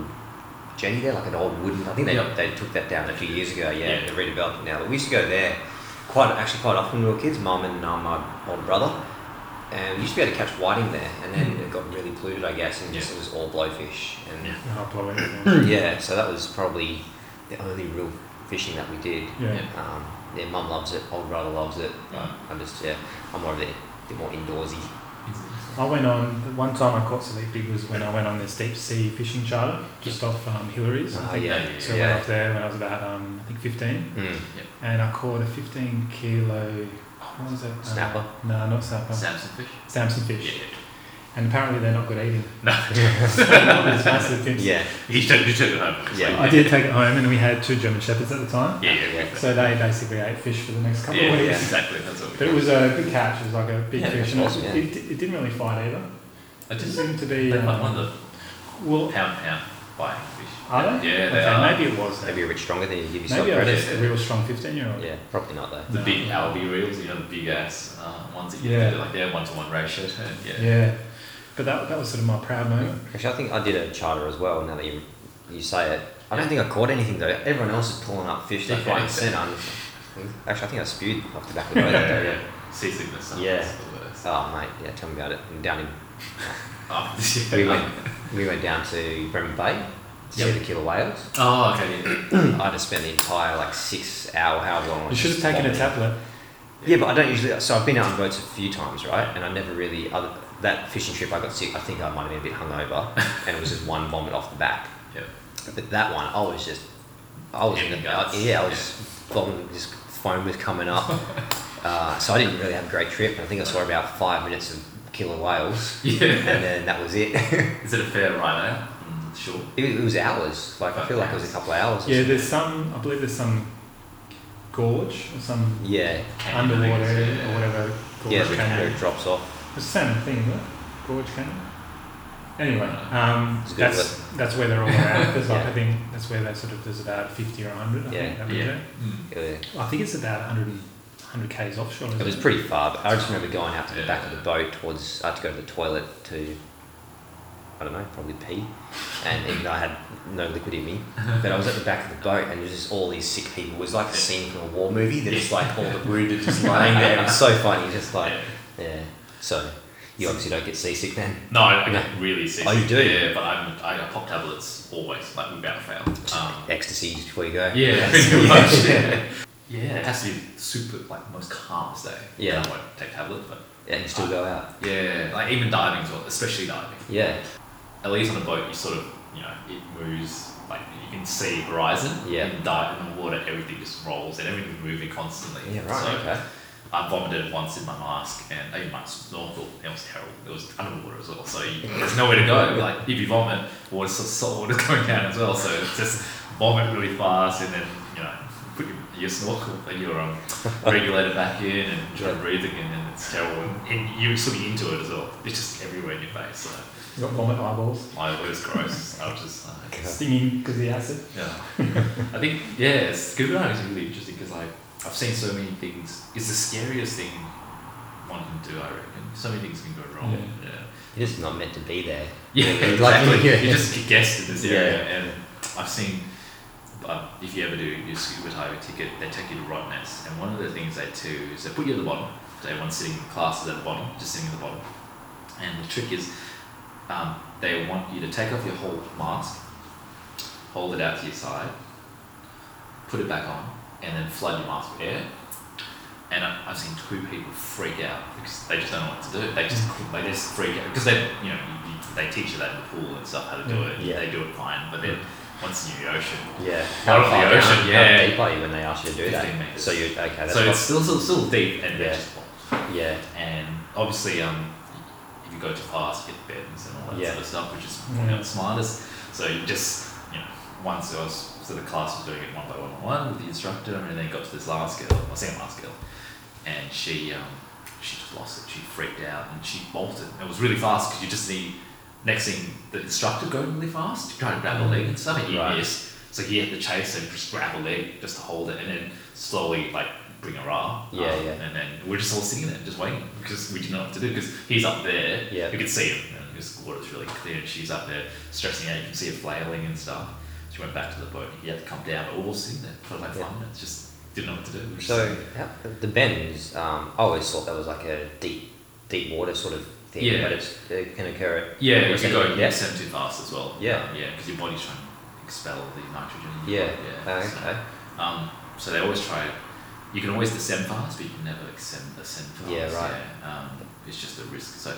S3: jetty there, like an old wooden. I think they,
S4: Yeah.
S3: they took that down a few years ago. Yeah,
S4: Yeah.
S3: they redeveloped it now. But we used to go there quite actually quite often when we were kids. Mum and um, my older brother, and we used to be able to catch whiting there, and then it got really polluted, I guess, and just
S4: Mm. Yeah.
S3: it was all blowfish. And
S4: Yeah.
S2: Oh, blow it down.
S3: yeah, so that was probably the only real fishing that we did.
S2: Yeah.
S3: Um, yeah, mum loves it. Old brother loves it.
S4: Right.
S3: I'm just yeah, I'm more of the, the more indoorsy.
S2: I went on, the one time I caught something big was when I went on this deep sea fishing charter just off um, Hillary's. I
S3: Oh,
S2: think.
S3: yeah,
S4: yeah,
S2: So I went
S3: yeah.
S2: up there when I was about, um, I think, 15.
S3: Mm.
S2: and I caught a 15 kilo. What was it? Uh,
S3: Snapper?
S2: no, not snapper.
S4: Samson fish.
S2: Samson
S4: Yeah.
S2: fish. And apparently they're not good eating.
S4: No.
S2: It's massive things.
S3: Yeah,
S4: You took, you took it home. It's
S3: Yeah.
S4: like-
S2: I did take it home, and we had two German shepherds at the time.
S4: Yeah, yeah. yeah.
S2: So they basically ate fish for the next couple
S4: yeah,
S2: of
S4: yeah,
S2: weeks.
S4: exactly. That's what we
S2: But it was a good catch. It was like a big
S4: Yeah,
S2: fish,
S4: that's
S2: and it-
S3: awesome, yeah.
S2: it, it, didn't really fight either.
S4: I
S2: It
S4: just
S2: seemed to be
S4: like
S2: um,
S4: one of the
S2: well.
S4: pound pound. by English.
S2: Are they?
S4: Yeah, they
S2: okay,
S4: are.
S2: Maybe it was.
S3: Maybe
S2: Maybe,
S3: you're a bit stronger than you give yourself
S2: maybe I
S3: credit.
S2: was a real strong fifteen-year-old.
S3: Yeah, probably not though.
S4: The
S2: No.
S4: big Albi reels, you know, the big ass uh, ones that you
S2: Yeah.
S4: do, like they're one to one ratio. And yeah.
S2: Yeah. But that, that was sort of my proud moment.
S3: Actually, I think I did a charter as well. Now that you you say it, I don't think I caught anything though. Everyone else is pulling up fish left, right, and centre. I'm just like- Actually, I think I spewed off the back
S4: Oh,
S3: of the boat that day.
S4: Seasickness. uh,
S3: Yeah.
S4: is the worst.
S3: Oh mate, yeah, tell me about it. And down in
S4: Oh,
S3: we
S4: yeah.
S3: went we went down to Bremen Bay to see
S4: Yep.
S3: the killer whales.
S4: Oh, okay. yeah.
S3: I had to spend the entire like six hour, however long. I
S2: You
S3: was
S2: should have
S3: just
S2: taken a
S3: vomiting.
S2: tablet.
S3: Yeah, but I don't usually. So I've been out on boats a few times, right? And I never really. Other, that fishing trip, I got sick. I think I might have been a bit hungover, and it was just one vomit off the back.
S4: Yep.
S3: But that one, I was just, I was
S4: In
S3: in
S4: the
S3: the
S4: guts.
S3: yeah, I was vomiting. This foam was coming up, uh, so I didn't really have a great trip. I think I saw about five minutes of killer whales,
S4: Yeah.
S3: and then that was it. it,
S4: Is it a fair ride out? Mm, sure.
S3: was- it was hours. Like I feel like it was a couple of hours. or
S2: Yeah,
S3: something.
S2: there's some, I believe there's some gorge or some
S3: yeah,
S4: Canyon, I
S2: underwater
S4: think it's,
S2: area
S4: yeah.
S2: or whatever. Gorge
S3: yeah. The
S2: canyon.
S3: canyon drops off.
S2: It's the same thing, isn't it? Gorge Canyon. Anyway, um,
S3: It's a good
S2: that's that's where they're all around. There's like
S3: Yeah.
S2: I think that's where they sort of there's about fifty or hundred. I
S3: Yeah.
S2: think that would
S4: Yeah.
S2: be.
S4: Mm.
S3: It was-
S2: I think it's about 100, 100 k's offshore. Isn't
S3: It was pretty far, but I just remember going out to the back of the
S4: Yeah.
S3: boat towards. I had to go to the toilet to, I don't know, probably pee, and even though I had no liquid in me, but I was at the back of the boat and there was just all these sick people. It was like a scene from a war movie. They're just like all the wounded just lying there. It was so funny. Just like
S4: Yeah.
S3: yeah. So you obviously don't get seasick then.
S4: No, I I
S3: No.
S4: get really sick.
S3: Oh, you do?
S4: Yeah, but I'm, I I pop tablets always, like without fail. Um,
S3: Ecstasy before you go.
S4: yeah, pretty much. Yeah. yeah, it has to be super, like, most calmest day.
S3: Yeah.
S4: I won't take tablet, but
S3: And you still go out.
S4: yeah, like even diving as well, especially diving.
S3: Yeah.
S4: At least on a boat, you sort of, you know, it moves, like, you can see horizon.
S3: Yeah.
S4: In dive in the water, everything just rolls and everything's moving constantly.
S3: Yeah. Right.
S4: So,
S3: okay.
S4: I vomited once in my mask and in my snorkel. It was terrible. It was underwater as well, so you, there's nowhere to go. Like if you vomit, water salt water's going down as well. So it's just vomit really fast and then you know put your, your snorkel and your um, regulator back in and try breathing in, and it's terrible. And, and you're swimming into it as well. It's just everywhere in your face. So
S2: it? Got vomit eyeballs.
S4: I it was gross. I was just. Uh,
S2: Stinging because of the acid.
S4: yeah. I think, yeah, scuba diving is really interesting because like, I've seen so many things. It's the scariest thing one can do, I reckon. So many things can go wrong.
S2: Yeah.
S4: Yeah.
S3: You're just not meant to be there.
S4: Yeah,
S3: Like,
S4: exactly.
S3: yeah.
S4: You just guessed at this area.
S3: Yeah.
S4: And I've seen, um, if you ever do your scuba diving ticket, they take you to Rottnest, And one of the things they do is they put you at the bottom. So everyone's sitting in class is at the bottom, just sitting at the bottom. And the trick is um, they want you to take off your whole mask, hold it out to your side, put it back on, and then flood your mask with air. And I- I've seen two people freak out because they just don't know what to do. They just
S3: Mm.
S4: they just freak out because they you know you, you, they teach you that in the pool and stuff how to do it.
S3: Mm. Yeah. Mm.
S4: They do it fine, but then once you're in the ocean,
S3: Yeah.
S4: Out of the
S3: far
S4: ocean,
S3: down-
S4: yeah.
S3: How deep are you when they ask you to do that?
S4: 15 metres.
S3: So you okay? That's
S4: so
S3: not-
S4: it's still, still still deep and they
S3: Yeah.
S4: just fall.
S3: yeah,
S4: And obviously, um, if you go too fast, you get bends and all that
S3: Yeah.
S4: sort of stuff, which is probably not the smartest. So you just, you know, once I was, so the class was doing it one by one on one with the instructor, and then got to this last girl, I say last girl, and she, um, she just lost it. She freaked out and she bolted. It was really fast because you just need, next thing, the instructor going really fast, you try to grab a leg and stuff, and you
S3: Right.
S4: miss. So he had to chase and just grab a leg just to hold it and then slowly, like, bring her up.
S3: Yeah,
S4: um,
S3: yeah.
S4: and then we're just all sitting there just waiting because we didn't know what to do because he's up there
S3: Yeah.
S4: you can see him and his water's really clear and she's up there stressing out you can see her flailing and stuff she went back to the boat he had to come down but we are all sitting there for like
S3: Yeah.
S4: five minutes just didn't know what to do We're just-
S3: So how, the bends, um, I always thought that was like a deep, deep water sort of thing,
S4: Yeah.
S3: but it's, it can occur at
S4: yeah
S3: was
S4: if you
S3: it-
S4: go
S3: yeah.
S4: yeah. send too fast as well
S3: Yeah.
S4: Um, yeah because your body's trying to expel the nitrogen in your
S3: yeah,
S4: body,
S3: Oh,
S4: so-
S3: okay,
S4: Um, so they always try. You can always descend fast, but you can never ascend, ascend fast.
S3: Yeah, right.
S4: yeah. Um, it's just a risk. So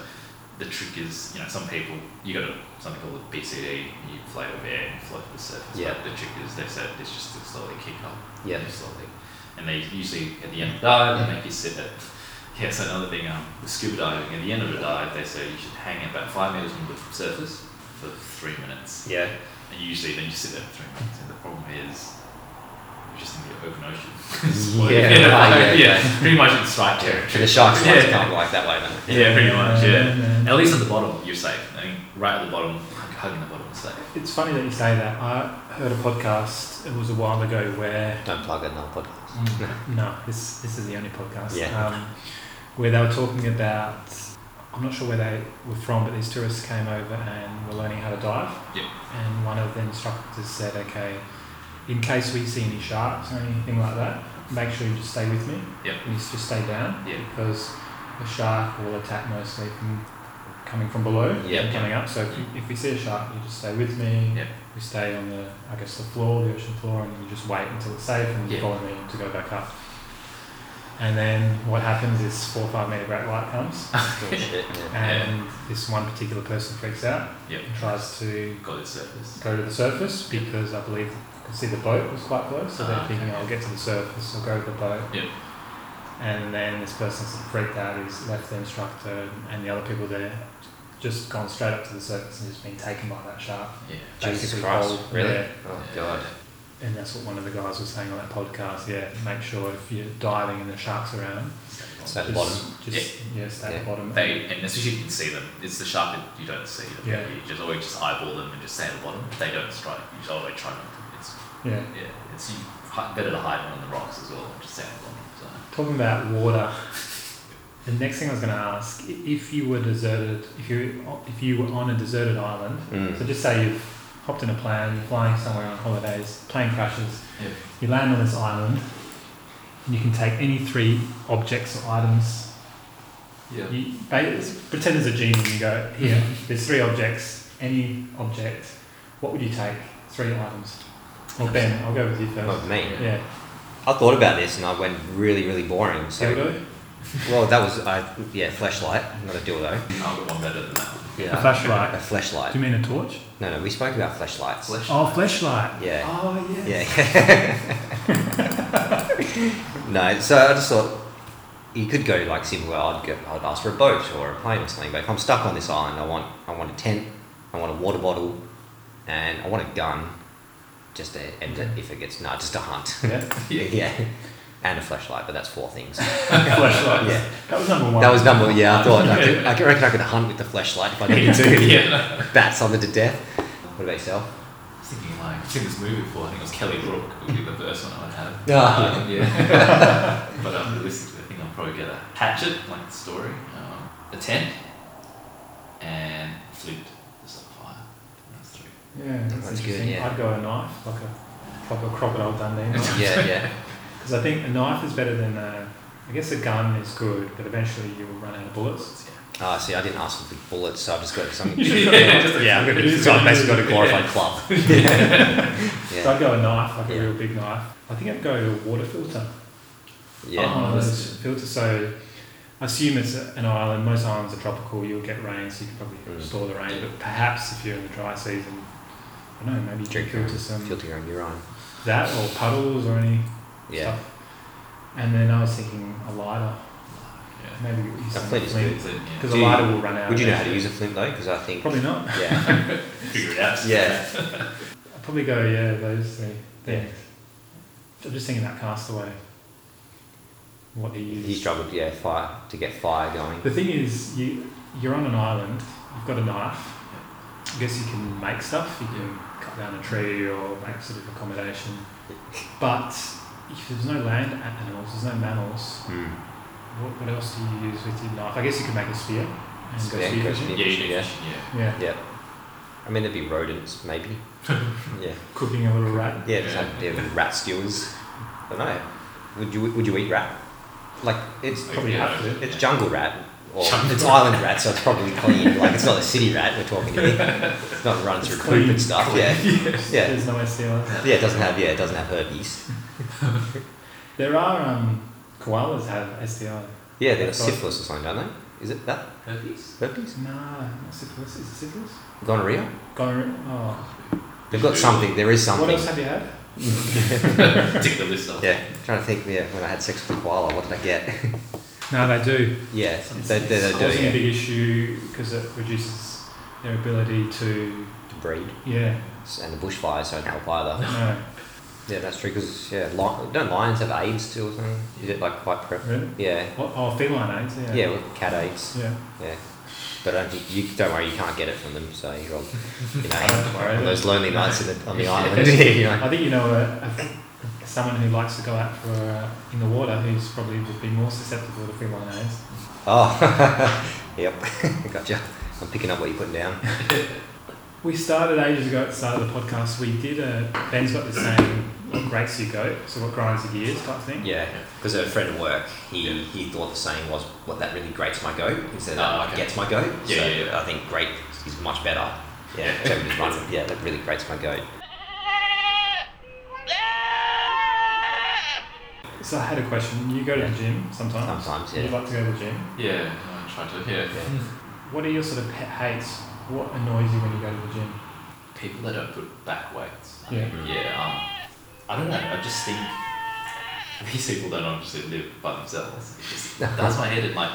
S4: the trick is, you know, some people you got a, something called a BCD. And you float over air and float to the surface.
S3: Yeah.
S4: But the trick is, they said it's just to slowly kick up.
S3: Yeah. Oh,
S4: just Slowly, and they usually at the end of the dive they make you sit at. Yeah, so another thing, um, with scuba diving, at the end of a dive, they say you should hang out about five meters from the surface for three minutes.
S3: yeah,
S4: And usually then you sit there for three minutes and the problem is you're just in the open ocean. It's floating.
S3: Yeah,
S4: yeah,
S3: right, yeah,
S4: yeah, pretty much in strike
S3: So
S4: territory.
S3: the sharks like to
S4: Yeah.
S3: come like that way, don't they?
S4: Yeah, pretty much, yeah.
S2: Yeah.
S4: At least at the bottom, you're safe. I mean, right at the bottom, hug- hugging the bottom is safe.
S2: It's funny that you say that. I heard a podcast, it was a while ago, where
S3: Don't plug it, no podcast.
S2: No, this this is the only podcast.
S3: Yeah.
S2: Um, where they were talking about, I'm not sure where they were from, but these tourists came over and were learning how to dive.
S4: Yep.
S2: And one of the instructors said, "Okay, in case we see any sharks or anything like that, make sure you just stay with me.
S4: Yep.
S2: And you just stay down
S4: Yeah.
S2: because a shark will attack mostly from coming from below
S3: Yep.
S2: and coming up. So if, you, if we see a shark, you just stay with me.
S4: Yep.
S2: We stay on the, I guess, the floor, the ocean floor, and you just wait until it's safe and you
S4: Yeah.
S2: follow me to go back up. And then what happens is four or five meter great white comes,
S3: Shit, yeah.
S2: and this one particular person freaks out
S4: Yep.
S2: and tries to
S4: Got its surface.
S2: go to the surface because I believe you could see the boat was quite close, so they're
S4: Ah,
S2: thinking,
S4: okay.
S2: I'll get to the surface, I'll go to the boat.
S4: Yep.
S2: And then this person's freaked out, he's left the instructor and the other people there, just gone straight up to the surface and just been taken by that shark.
S4: Yeah.
S3: Jesus
S2: basically
S3: Christ,
S2: bold,
S3: really?
S2: yeah.
S3: Oh,
S4: Yeah.
S3: God.
S2: And that's what one of the guys was saying on that podcast. Yeah, make sure if you're diving and the sharks around,
S3: Stay at the
S2: just,
S3: bottom.
S2: Just, yeah. stay at
S3: Yeah.
S2: the bottom.
S4: They and especially if you can see them. It's the shark that you don't see. Them.
S2: Yeah.
S4: You just always just eyeball them and just stay at the bottom. They don't strike. You just always try not to. It's
S2: yeah.
S4: yeah. It's you, hi- better to hide them on the rocks as well. and Just stay at the bottom. So
S2: Talking about water, the next thing I was going to ask: i- if you were deserted, if you if you were on a deserted island, so
S3: Mm.
S2: just say you've hopped in a plane, you're flying somewhere on holidays, plane crashes,
S4: yeah.
S2: you land on this island, and you can take any three objects or items
S4: Yeah.
S2: You, ba- it's- pretend there's a genie and you go, here, there's three objects, any object. What would you take? Three items. Well, Ben, I'll go with you first.
S3: Not me.
S2: Yeah.
S3: I thought about this and I went really, really boring. So,
S2: Dildo?
S3: well, that was I yeah, flashlight, not a dildo.
S4: I'll get one better than that. one.
S2: A
S3: A
S2: flashlight.
S3: flashlight.
S2: Do you mean a torch?
S3: No, no, we spoke about flashlights.
S4: Flesh.
S2: Oh, flashlight.
S3: Yeah,
S2: Oh, yes.
S3: yeah. no, so I just thought you could go like simple. I'd go, I'd ask for a boat or a plane or something. But if I'm stuck on this island, I want I want a tent, I want a water bottle, and I want a gun, just to end it if it gets no, just to hunt.
S2: Yeah.
S3: yeah, and a flashlight. But that's four things.
S2: flashlight.
S3: Yeah.
S2: That was number one.
S3: That was number. Yeah, I thought I, could, I could reckon I could hunt with the flashlight if I needed to.
S4: yeah.
S3: bat something to death. What about yourself?
S4: I was thinking like I've seen this movie before. I think it was Kelly Brook would be the first one I would have.
S3: Ah,
S4: Um, yeah. but um, realistically, I think I'll probably get a hatchet, like the story, um, a tent, and a flute to start a fire. That's three.
S2: Yeah, that's,
S3: That's good,
S2: interesting.
S3: yeah.
S2: I'd go a knife, like a, like a crocodile Dundee knife.
S3: Yeah, yeah.
S2: Because I think a knife is better than a. I guess a gun is good, but eventually you will run out of bullets.
S3: Ah, see, I didn't ask for the bullets, so I've just got something.
S4: Yeah, just a-
S3: yeah, I'm
S2: It
S3: gonna,
S2: is
S3: so I've
S2: gonna
S3: basically
S2: be-
S3: got a glorified club.
S2: So
S3: yeah,
S2: I'd go a knife, like
S3: Yeah.
S2: a real big knife. I think I'd go a water filter.
S3: yeah.
S2: one of
S4: Oh,
S2: those
S4: that's-
S2: filters. So I assume it's a- an island. Most islands are tropical. You'll get rain, so you can probably
S3: Mm.
S2: store the rain. But perhaps if you're in the dry season, I don't know, maybe you
S3: Drink
S2: can filter some
S3: filter your own urine.
S2: that or puddles or any
S3: Yeah,
S2: stuff. And then I was thinking a lighter. Maybe you use
S3: A
S2: some
S3: flint is
S4: Yeah.
S2: flint.
S4: So, yeah.
S2: Because a
S3: Do you-
S2: lighter will run out.
S3: would you know how to
S2: eventually.
S3: use a flint though? Because I think
S2: Probably not.
S3: yeah,
S4: Figure it out.
S3: yeah.
S2: I'd probably go, yeah, those three
S3: Yeah.
S2: things. I'm just thinking about Castaway. What he used.
S3: He struggled, yeah, fire to get fire going.
S2: The thing is, you you're on an island. You've got a knife. I guess you can make stuff. You can cut down a tree or make sort of accommodation. But if there's no land a- animals, there's no mammals.
S3: Mm.
S2: What, what else do you use with your knife? I guess you could make a spear and
S3: Spear,
S2: go spear
S3: go
S2: fishing.
S4: Yeah,
S3: spear.
S4: you do
S3: Yeah.
S4: fishing, yeah.
S2: Yeah,
S3: Yeah, I mean there'd be rodents maybe. yeah,
S2: cooking a little rat.
S3: yeah, yeah. yeah rat skewers. I don't know. Would you would you eat rat? Like it's
S4: Like,
S2: Probably
S4: yeah,
S2: have to.
S3: It's
S4: yeah.
S3: jungle rat, or
S4: Jungle
S3: it's island rat, so it's probably clean. Like it's not a city rat we're talking here. It's not running through poop
S2: clean,
S3: and stuff. Yeah, yeah.
S2: There's no STIs.
S3: yeah. It doesn't have yeah, it doesn't have herpes.
S2: There are um, koalas have STI.
S3: Yeah, they've got
S2: That's right.
S3: syphilis or something, don't they? Is it that
S4: Herpes?
S3: herpes?
S2: Nah, not syphilis. Is it syphilis?
S3: Gonorrhea?
S2: Gonorrhea. Oh.
S3: They've got something. There is
S2: What
S3: something.
S2: else have you had?
S4: Tick the list off.
S3: Yeah, trying to think. Yeah, when I had sex with a koala, what did I get?
S2: No, they do.
S3: yeah, they, they,
S2: it's causing
S3: they
S2: a
S3: do. Yeah.
S2: big issue because it reduces their ability to
S3: To breed
S2: yeah
S3: and the bushfires don't help either.
S2: no
S3: Yeah, that's true. Because yeah, li- don't lions have AIDS too or something? Is it like quite pre?
S2: really
S3: Yeah,
S2: what, oh feline AIDS yeah
S3: yeah, well, cat AIDS.
S2: yeah
S3: Yeah. But I don't think you don't worry, you can't get it from them. So you're all, you
S2: Don't
S3: know,
S2: worry.
S3: on those lonely nights in the, on the
S2: Yeah.
S3: island. you know.
S2: I think you know a, a, someone who likes to go out for uh, in the water who's probably would be more susceptible to feline AIDS.
S3: Oh, yep, gotcha. I'm picking up what you're putting down.
S2: We started ages ago at the start of the podcast. We did a Ben's got the same what grates you go, so what grinds your gears type thing.
S3: Yeah, because a friend at work, he,
S4: Yeah.
S3: he thought the saying was, "What that really grates my goat," instead of
S4: Ah,
S3: "What
S4: okay.
S3: gets my goat."
S4: Yeah,
S3: so
S4: yeah, yeah.
S3: I think "great" is much better. Yeah,
S4: Yeah.
S3: Trevor just runs with, yeah, that really grates my goat.
S2: So I had a question. You go to the gym sometimes.
S3: Sometimes,
S2: You
S3: yeah.
S2: like to go to the gym.
S4: Yeah, I try to. Yeah.
S2: What are your sort of pet hates? What annoys you when you go to the gym?
S4: People that don't put back weights.
S2: Yeah.
S4: Yeah. Um, I don't know. I just think these people don't obviously live by themselves. It just that's my head. And like,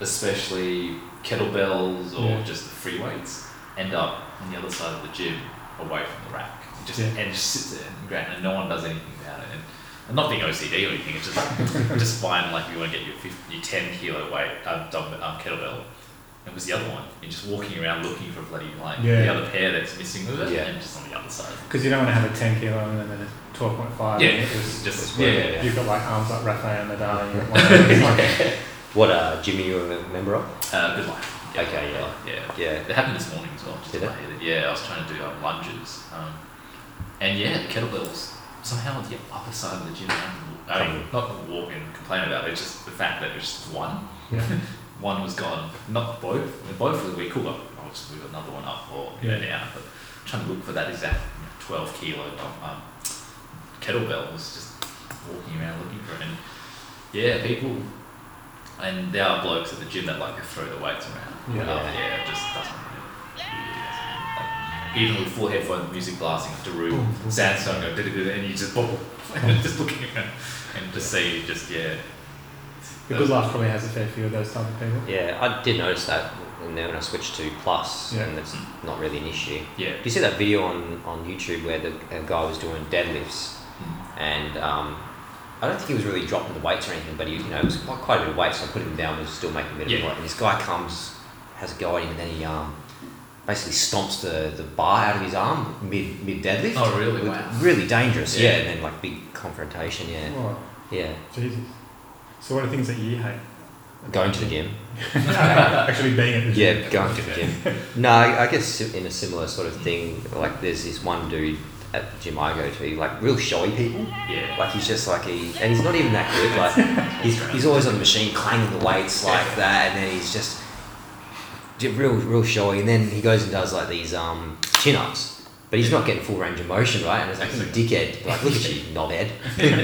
S4: especially kettlebells or
S2: Yeah.
S4: just free weights end up on the other side of the gym, away from the rack. It Just
S2: Yeah.
S4: and it just sits there and grand, and no one does anything about it. And, and not being OCD or anything, it's just just buying like you want to get your 50, your ten kilo weight um, dumbbell, um, kettlebell. It was the other one. You're just walking around looking for bloody like
S2: Yeah.
S4: the other pair that's missing with it,
S3: Yeah.
S4: and just on the other side.
S2: Because you don't want to have a 10 kilo and then a 12.5.
S4: Yeah,
S2: and it was,
S4: just-
S3: yeah,
S4: yeah, yeah.
S2: You've got like arms like Rafael Nadal. And you've got one arm like-
S3: What uh, gym are you a member of?
S4: Uh, good life. Yeah,
S3: Okay,
S4: good
S3: yeah.
S4: life, yeah.
S3: Yeah.
S4: It happened this morning as well. Just
S3: Did
S4: in my head. Yeah, I was trying to do um, lunges, um, and yeah, the kettlebells. Somehow on the other side of the gym, I, I mean, not walk and complain about it. It's just the fact that it's just one.
S2: Yeah.
S4: One was gone. Not both. They're Both were cool. But obviously, we got another one up or
S2: Yeah.
S4: down. But trying to look for that exact you know, twelve kilo um, um, kettlebell was just walking around looking for it. And yeah, people. And there are blokes at the gym that like to throw the weights around.
S2: Yeah.
S4: Um, yeah, it just doesn't. Like, even with full headphones, music blasting, Daru,
S2: Boom, boom.
S4: Sandstorm, go, and you just boom, and just looking around, and just see, just yeah,
S2: The Good Life probably has a fair few of those type of people.
S3: Yeah, I did notice that, and then when I switched to Plus,
S2: Yeah.
S3: and that's not really an issue.
S4: yeah.
S3: Do you see that video on, on YouTube where the a guy was doing deadlifts, and um, I don't think he was really dropping the weights or anything, but he you know it was quite, quite a bit of weight, so I put him down, was still making a bit
S4: Yeah.
S3: of weight. And this guy comes, has a go at him, and then he um, basically stomps the, the bar out of his arm mid mid deadlift.
S4: Oh, really?
S3: It was
S4: Wow.
S3: Really dangerous. Yeah.
S4: Yeah.
S3: and then like big confrontation. Yeah,
S2: Oh,
S3: yeah.
S2: Jesus. So, what are things that you hate?
S3: Going to the gym.
S4: Uh,
S2: Actually, being at the gym.
S3: Yeah, going to the gym. No, I I guess si- in a similar sort of thing, like there's this one dude at the gym I go to, like real showy people.
S4: Yeah.
S3: Like he's just like he, and he's not even that good. Like he's, he's always on the machine clanging the weights like that, and then he's just j- real real showy. And then he goes and does like these um, chin ups, but he's not getting full range of motion, right? And it's like you dickhead, like look at you knobhead.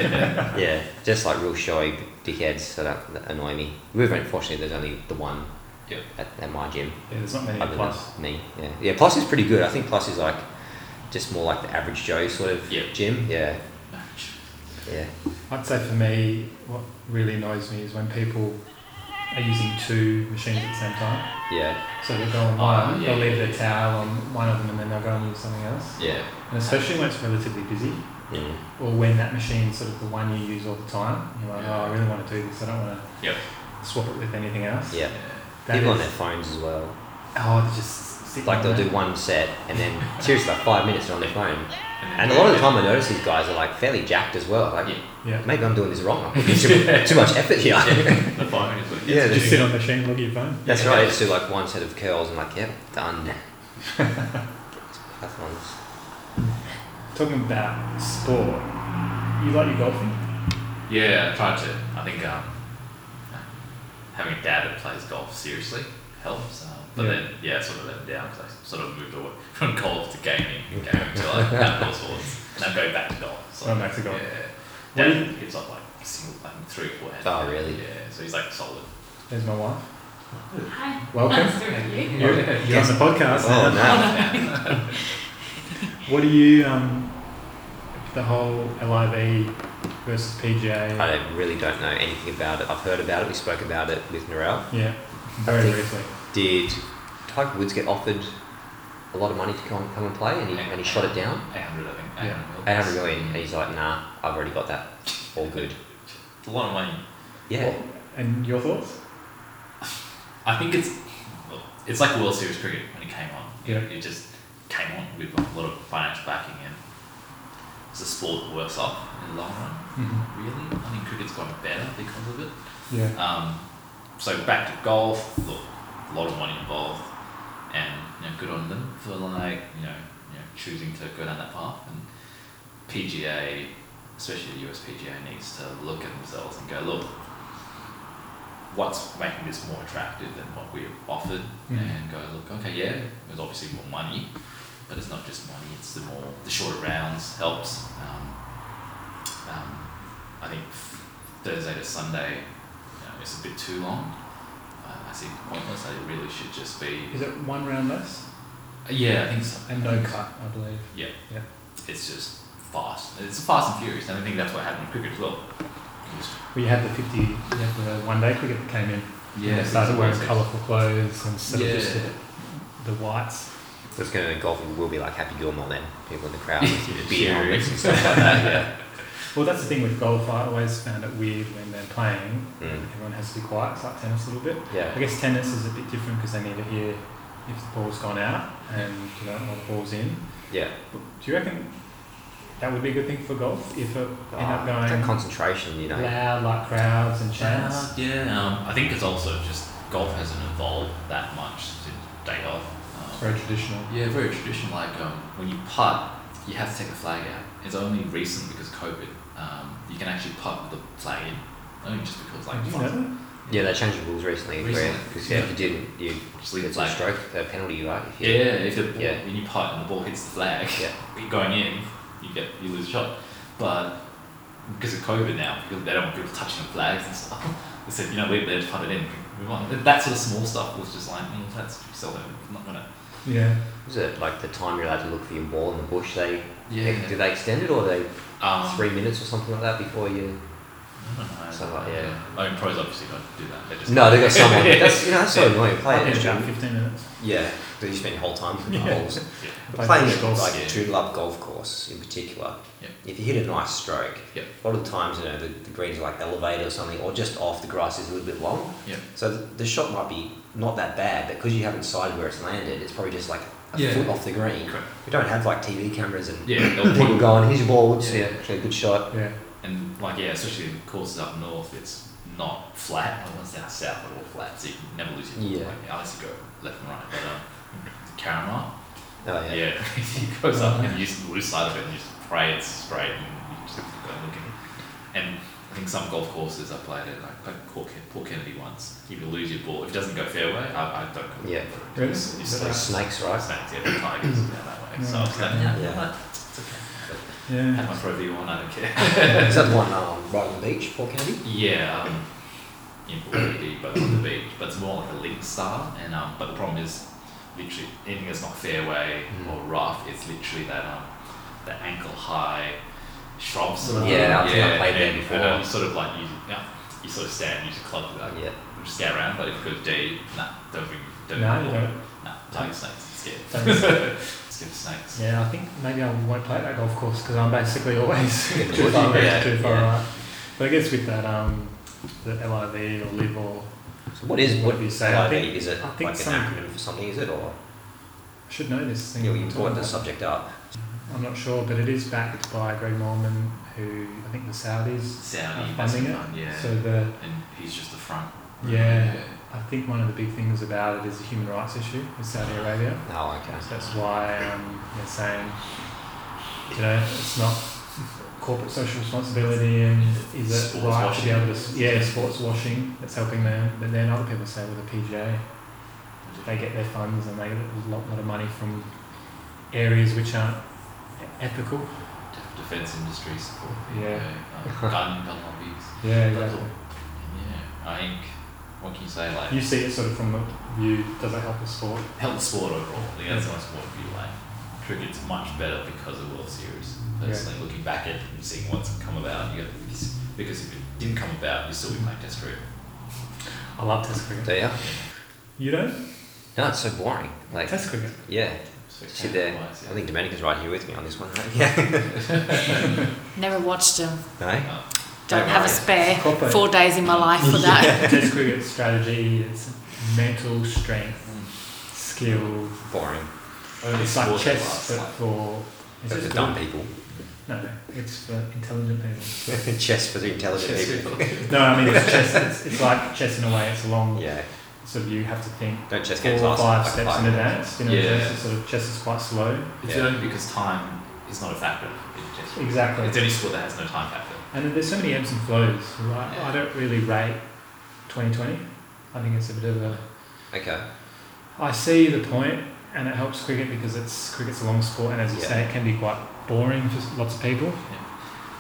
S3: yeah, just like real showy dickheads so that, that annoy me. We've unfortunately there's only the one
S4: Yeah.
S3: at, at my gym
S2: Yeah, there's not many
S3: other
S2: plus.
S3: than me. Yeah, yeah. Plus is pretty good. I think Plus is like just more like the average Joe sort of
S4: Yeah.
S3: gym. Yeah,
S4: Match.
S3: yeah.
S2: I'd say for me, what really annoys me is when people are using two machines at the same time.
S3: Yeah,
S2: So they'll go on
S4: Oh,
S2: one,
S4: yeah,
S2: they'll leave
S4: yeah,
S2: their towel on one of them, and then they'll go and use something else.
S4: Yeah.
S2: And especially when it's relatively busy,
S3: mm.
S2: or when that machine's sort of the one you use all the time. You're like, oh, I really want to do this. I don't want to
S4: Yep.
S2: swap it with anything else.
S3: yeah.
S2: That
S3: People on
S2: is-
S3: their phones as well.
S2: Oh, they just sit
S3: Like
S2: on
S3: they'll
S2: that.
S3: do one set and then seriously like five minutes they're on their phone.
S4: And,
S3: And a lot of the time I notice these guys are like fairly jacked as well. Like
S4: Yeah.
S2: Yeah.
S3: maybe I'm doing this wrong. I'm putting too, too much effort here.
S4: the phone is what
S3: Yeah,
S4: yeah,
S2: Just sit on the machine, look at your phone.
S3: That's
S4: Yeah.
S3: right. It's do like one set of curls and like yep, done. Triathlons.
S2: Talking about sport, you like your golfing?
S4: yeah, I tried to. I think um, having a dad that plays golf seriously helps. Um, but
S2: Yeah.
S4: then, yeah, it sort of let me down because I sort of moved away from golf to gaming, and gaming to like outdoor sports, and I'm going back to golf. So
S2: Oh, back to golf.
S4: Yeah.
S2: What do
S4: Dad gives up like a single, like three or four.
S3: Oh,
S4: handicap.
S3: really?
S4: Yeah. So he's like solid.
S2: There's my wife.
S5: Hi.
S2: Welcome.
S5: Nice to meet you.
S2: You're, you're on the podcast.
S3: Oh no.
S2: What do you, um, the whole LIV versus PGA?
S3: I don't- really don't know anything about it. I've heard about it. We spoke about it with Narelle.
S2: Yeah, very
S3: think-
S2: briefly.
S3: Did Tiger Woods get offered a lot of money to come, come and play, and he, and he shot it down?
S4: 800, I think.
S2: Yeah.
S4: 800
S3: Eight hundred million, and he's like, "Nah, I've already got that. All good."
S4: It's a lot of money.
S3: Yeah,
S2: And your thoughts?
S4: I think it's well, It's like World Series cricket when it came on.
S2: Yeah.
S4: It just came on with a lot of financial backing, and it's a sport that works up in the long run.
S3: Mm-hmm.
S2: Mhm.
S4: Really, I think cricket's gotten better because of it.
S2: Yeah.
S4: Um, so back to golf. Look, a lot of money involved, and you know, good on them for like you know, you know choosing to go down that path. And PGA, especially the US PGA, needs to look at themselves and go, look, what's making this more attractive than what we've offered,
S2: Mhm.
S4: and go, look, okay, yeah, there's obviously more money, but it's not just money. It's the more the shorter rounds helps. Um, um, I think Thursday to Sunday you know, it's a bit too long. Uh, I think pointless. They really should just be.
S2: Is it one round less
S4: Yeah, I think so.
S2: and no cut? I believe.
S4: Yeah.
S2: Yeah.
S4: It's just fast. It's fast and furious, and I think that's what happened in cricket as well. It was-
S2: We had the fifty. You had the one day cricket that came in.
S4: Yeah,
S2: They started wearing
S4: it's-
S2: colourful clothes and sort of just
S4: Yeah.
S2: the, the whites.
S3: So it's going to golf will be like Happy Gilmore then. People in the crowd with
S4: Yeah,
S3: beer and
S4: it's-
S3: stuff like that. Yeah.
S2: Well, that's the thing with golf. I always found it weird when they're playing.
S4: Hmm.
S3: Mm.
S2: Everyone has to be quiet. It's like tennis a little bit. I
S3: Yeah.
S2: guess tennis is a bit different because they need to hear if the ball's gone out and you don't know the ball's in.
S3: Yeah.
S2: But do you reckon that would be a good thing for golf if it ended
S3: Ah,
S2: up
S3: it's that
S2: going
S3: concentration, you know.
S2: loud, like crowds and chants?
S4: Uh, yeah, um, I think it's also just golf hasn't evolved that much since day off. Um,
S2: It's very traditional.
S4: Yeah, very traditional. Like um, when you putt, you have to take the flag out. It's only recent because of COVID. Um, you can actually putt with the flag in, only just because like
S2: Like, do you
S4: fuck,
S2: know that?
S3: Yeah, they changed the rules recently.
S4: Recently.
S3: Because yeah, if you didn't, you
S4: just leave the
S3: it's a
S4: flag.
S3: stroke, a penalty, right? If you-
S4: Yeah, if the ball,
S3: Yeah.
S4: when you putt and the ball hits the flag,
S3: Yeah.
S4: going in, you get you lose a shot. But because of COVID now, because they don't want people touching the flags and stuff. They said, you know, we they just put it in. We want that sort of small stuff was just like, mm, that's so I'm not gonna.
S2: Yeah.
S3: Was it like the time you're allowed to look for your ball in the bush? They,
S4: Yeah.
S3: do they extend it or they
S4: Um,
S3: three minutes or something like that before you?
S4: I don't know.
S3: Something like- yeah.
S4: I mean, pros obviously don't do that. They just
S3: No, they got someone. That's you know that's so annoying.
S2: I
S3: Playing
S2: think
S3: it,
S2: it's about
S3: yeah,
S2: fifteen minutes.
S3: yeah. But you spend your whole time in the
S2: Yeah.
S3: holes.
S4: Yeah.
S2: Play
S3: Playing
S2: bush
S3: it
S2: golf.
S3: like
S4: Yeah.
S3: True Love golf course in particular.
S4: Yeah.
S3: If you hit a nice stroke,
S4: Yeah.
S3: a lot of times you know the, the greens are like elevated or something, or just off the grass is a little bit long.
S4: Yeah.
S3: So the, the shot might be not that bad, but because you haven't decided where it's landed, it's probably just like a
S4: Yeah.
S3: foot off the green.
S4: Correct.
S3: We don't have like TV cameras and
S4: Yeah, they'll
S3: people
S4: point-
S3: going, "Here's your ball, it's
S4: Yeah.
S3: yeah. actually a good shot."
S2: Yeah.
S4: And like yeah, especially in courses up north, it's not flat. The ones down south are all flat, so you can never lose your ball.
S3: Yeah.
S4: Like, unless you go left and right. But um, Karama,
S3: Oh
S4: yeah,
S3: yeah.
S4: he goes up and you just lose sight of it and you just pray it's straight and you just keep going looking. And I think some golf courses I played at, like, like Paul, Ken- Paul Kennedy once, if you lose your ball, if it doesn't go fairway, I, I don't. go
S3: Yeah.
S4: for it. It's,
S2: Really?
S4: it's
S3: Like
S4: like
S3: snakes, right?
S4: snakes, yeah, the tigers down that way. So I was like,
S2: Yeah.
S4: yeah,
S3: Yeah.
S4: it's okay. I had
S2: Yeah.
S4: my pro V one, I don't care.
S3: Is that the one um, right on the beach, Paul Kennedy?
S4: Yeah, um, in Hawaii, but on the beach. But it's more like a link style, and um, but the problem is, literally anything that's not fairway
S3: Mm.
S4: or rough, it's literally that um, the ankle high shrubs. Sort of
S3: Yeah, I
S4: thing.
S3: think I played there
S4: and-
S3: before.
S4: And, um, you sort of like you, yeah, you sort of stand, you just club
S2: Uh,
S4: like,
S3: Yeah.
S4: just get around. But if you go deep, nah, don't bring, don't
S2: No,
S4: bring
S2: you
S4: the ball.
S2: don't.
S4: Nah, tiger snakes,
S2: Don't
S4: scared. scared of snakes.
S2: Yeah, I think maybe I won't play that golf course because I'm basically always
S3: Yeah,
S2: too far
S4: yeah,
S2: left, too far
S4: yeah.
S2: right. But I guess with that, um, the LIV or live or
S3: So what is what
S2: Whatever you say, I
S3: LIV?
S2: think-
S3: is it
S2: I think
S3: like an
S2: some-
S3: acronym for something? Is it or
S2: I should know this thing.
S3: you know,
S2: I'm
S3: you
S2: talking
S3: brought the
S2: about.
S3: subject up?
S2: I'm not sure, but it is backed by Greg Norman, who I think the Saudis.
S4: Saudi
S2: Uh,
S4: investment
S2: funding it?
S4: fund, yeah.
S2: So the
S4: and he's just the front.
S2: yeah, I think one of the big things about it is a human rights issue with Saudi Arabia.
S3: Oh, okay.
S2: So that's why um, they're saying, you know, it's not corporate social responsibility and is it
S4: Sports
S2: right to be able to
S4: washing.
S2: yeah sports washing that's helping them. But then other people say, well, the PGA they get their funds and they get a lot, lot of money from areas which aren't ethical.
S4: def- defense industry support.
S2: Yeah.
S4: uh, gun gun lobbies.
S2: Yeah,
S4: That's
S2: exactly.
S4: Yeah, I think what can you say like
S2: You see it sort of from the view, does it help the sport?
S4: help the sport overall. I think that's my sport view. Like cricket's much better because of World Series. Personally, looking back at it and seeing what's come about, you got, because if it didn't come about, you still be playing Test cricket.
S2: I love Test cricket.
S3: Do you?
S2: You don't?
S3: No, it's so boring. Like
S2: Test cricket.
S3: yeah,
S4: So
S3: sit there.
S4: talent-wise, yeah.
S3: I think Domenica's right here with me on this one. Right? Yeah.
S5: Never watched them.
S3: no.
S4: Uh,
S5: Don't have a
S3: worry.
S5: spare
S2: Proper.
S5: four days in my life for that.
S4: Mm.
S2: Test cricket strategy, it's mental strength. skilled.
S3: Boring.
S4: Only
S2: It's like
S4: sports that
S2: chess,
S4: lasts,
S2: but
S4: like-
S2: for it's
S3: But for
S2: just
S3: dumb
S2: good.
S3: people.
S2: No, no, it's for intelligent people.
S3: Chess for the intelligent people.
S2: No, I mean it's chess. It's, it's like chess in a way. It's a long.
S3: Yeah.
S2: Sort of you have to think
S3: Don't chess
S2: four
S3: games
S2: or
S3: last
S2: five
S3: like
S2: steps
S3: five
S2: in advance. You know,
S4: Yeah.
S2: chess is sort of chess is quite slow.
S4: It's
S3: Yeah.
S4: only because time is not a factor. It's just
S2: Exactly.
S4: it's any sport that has no time factor.
S2: And then there's so many ebbs and flows, right? I don't really rate 2020. I think it's a bit of a.
S3: Okay.
S2: I see the point, and it helps cricket because it's cricket's a long sport, and as you
S3: Yeah.
S2: say, it can be quite boring for lots of people.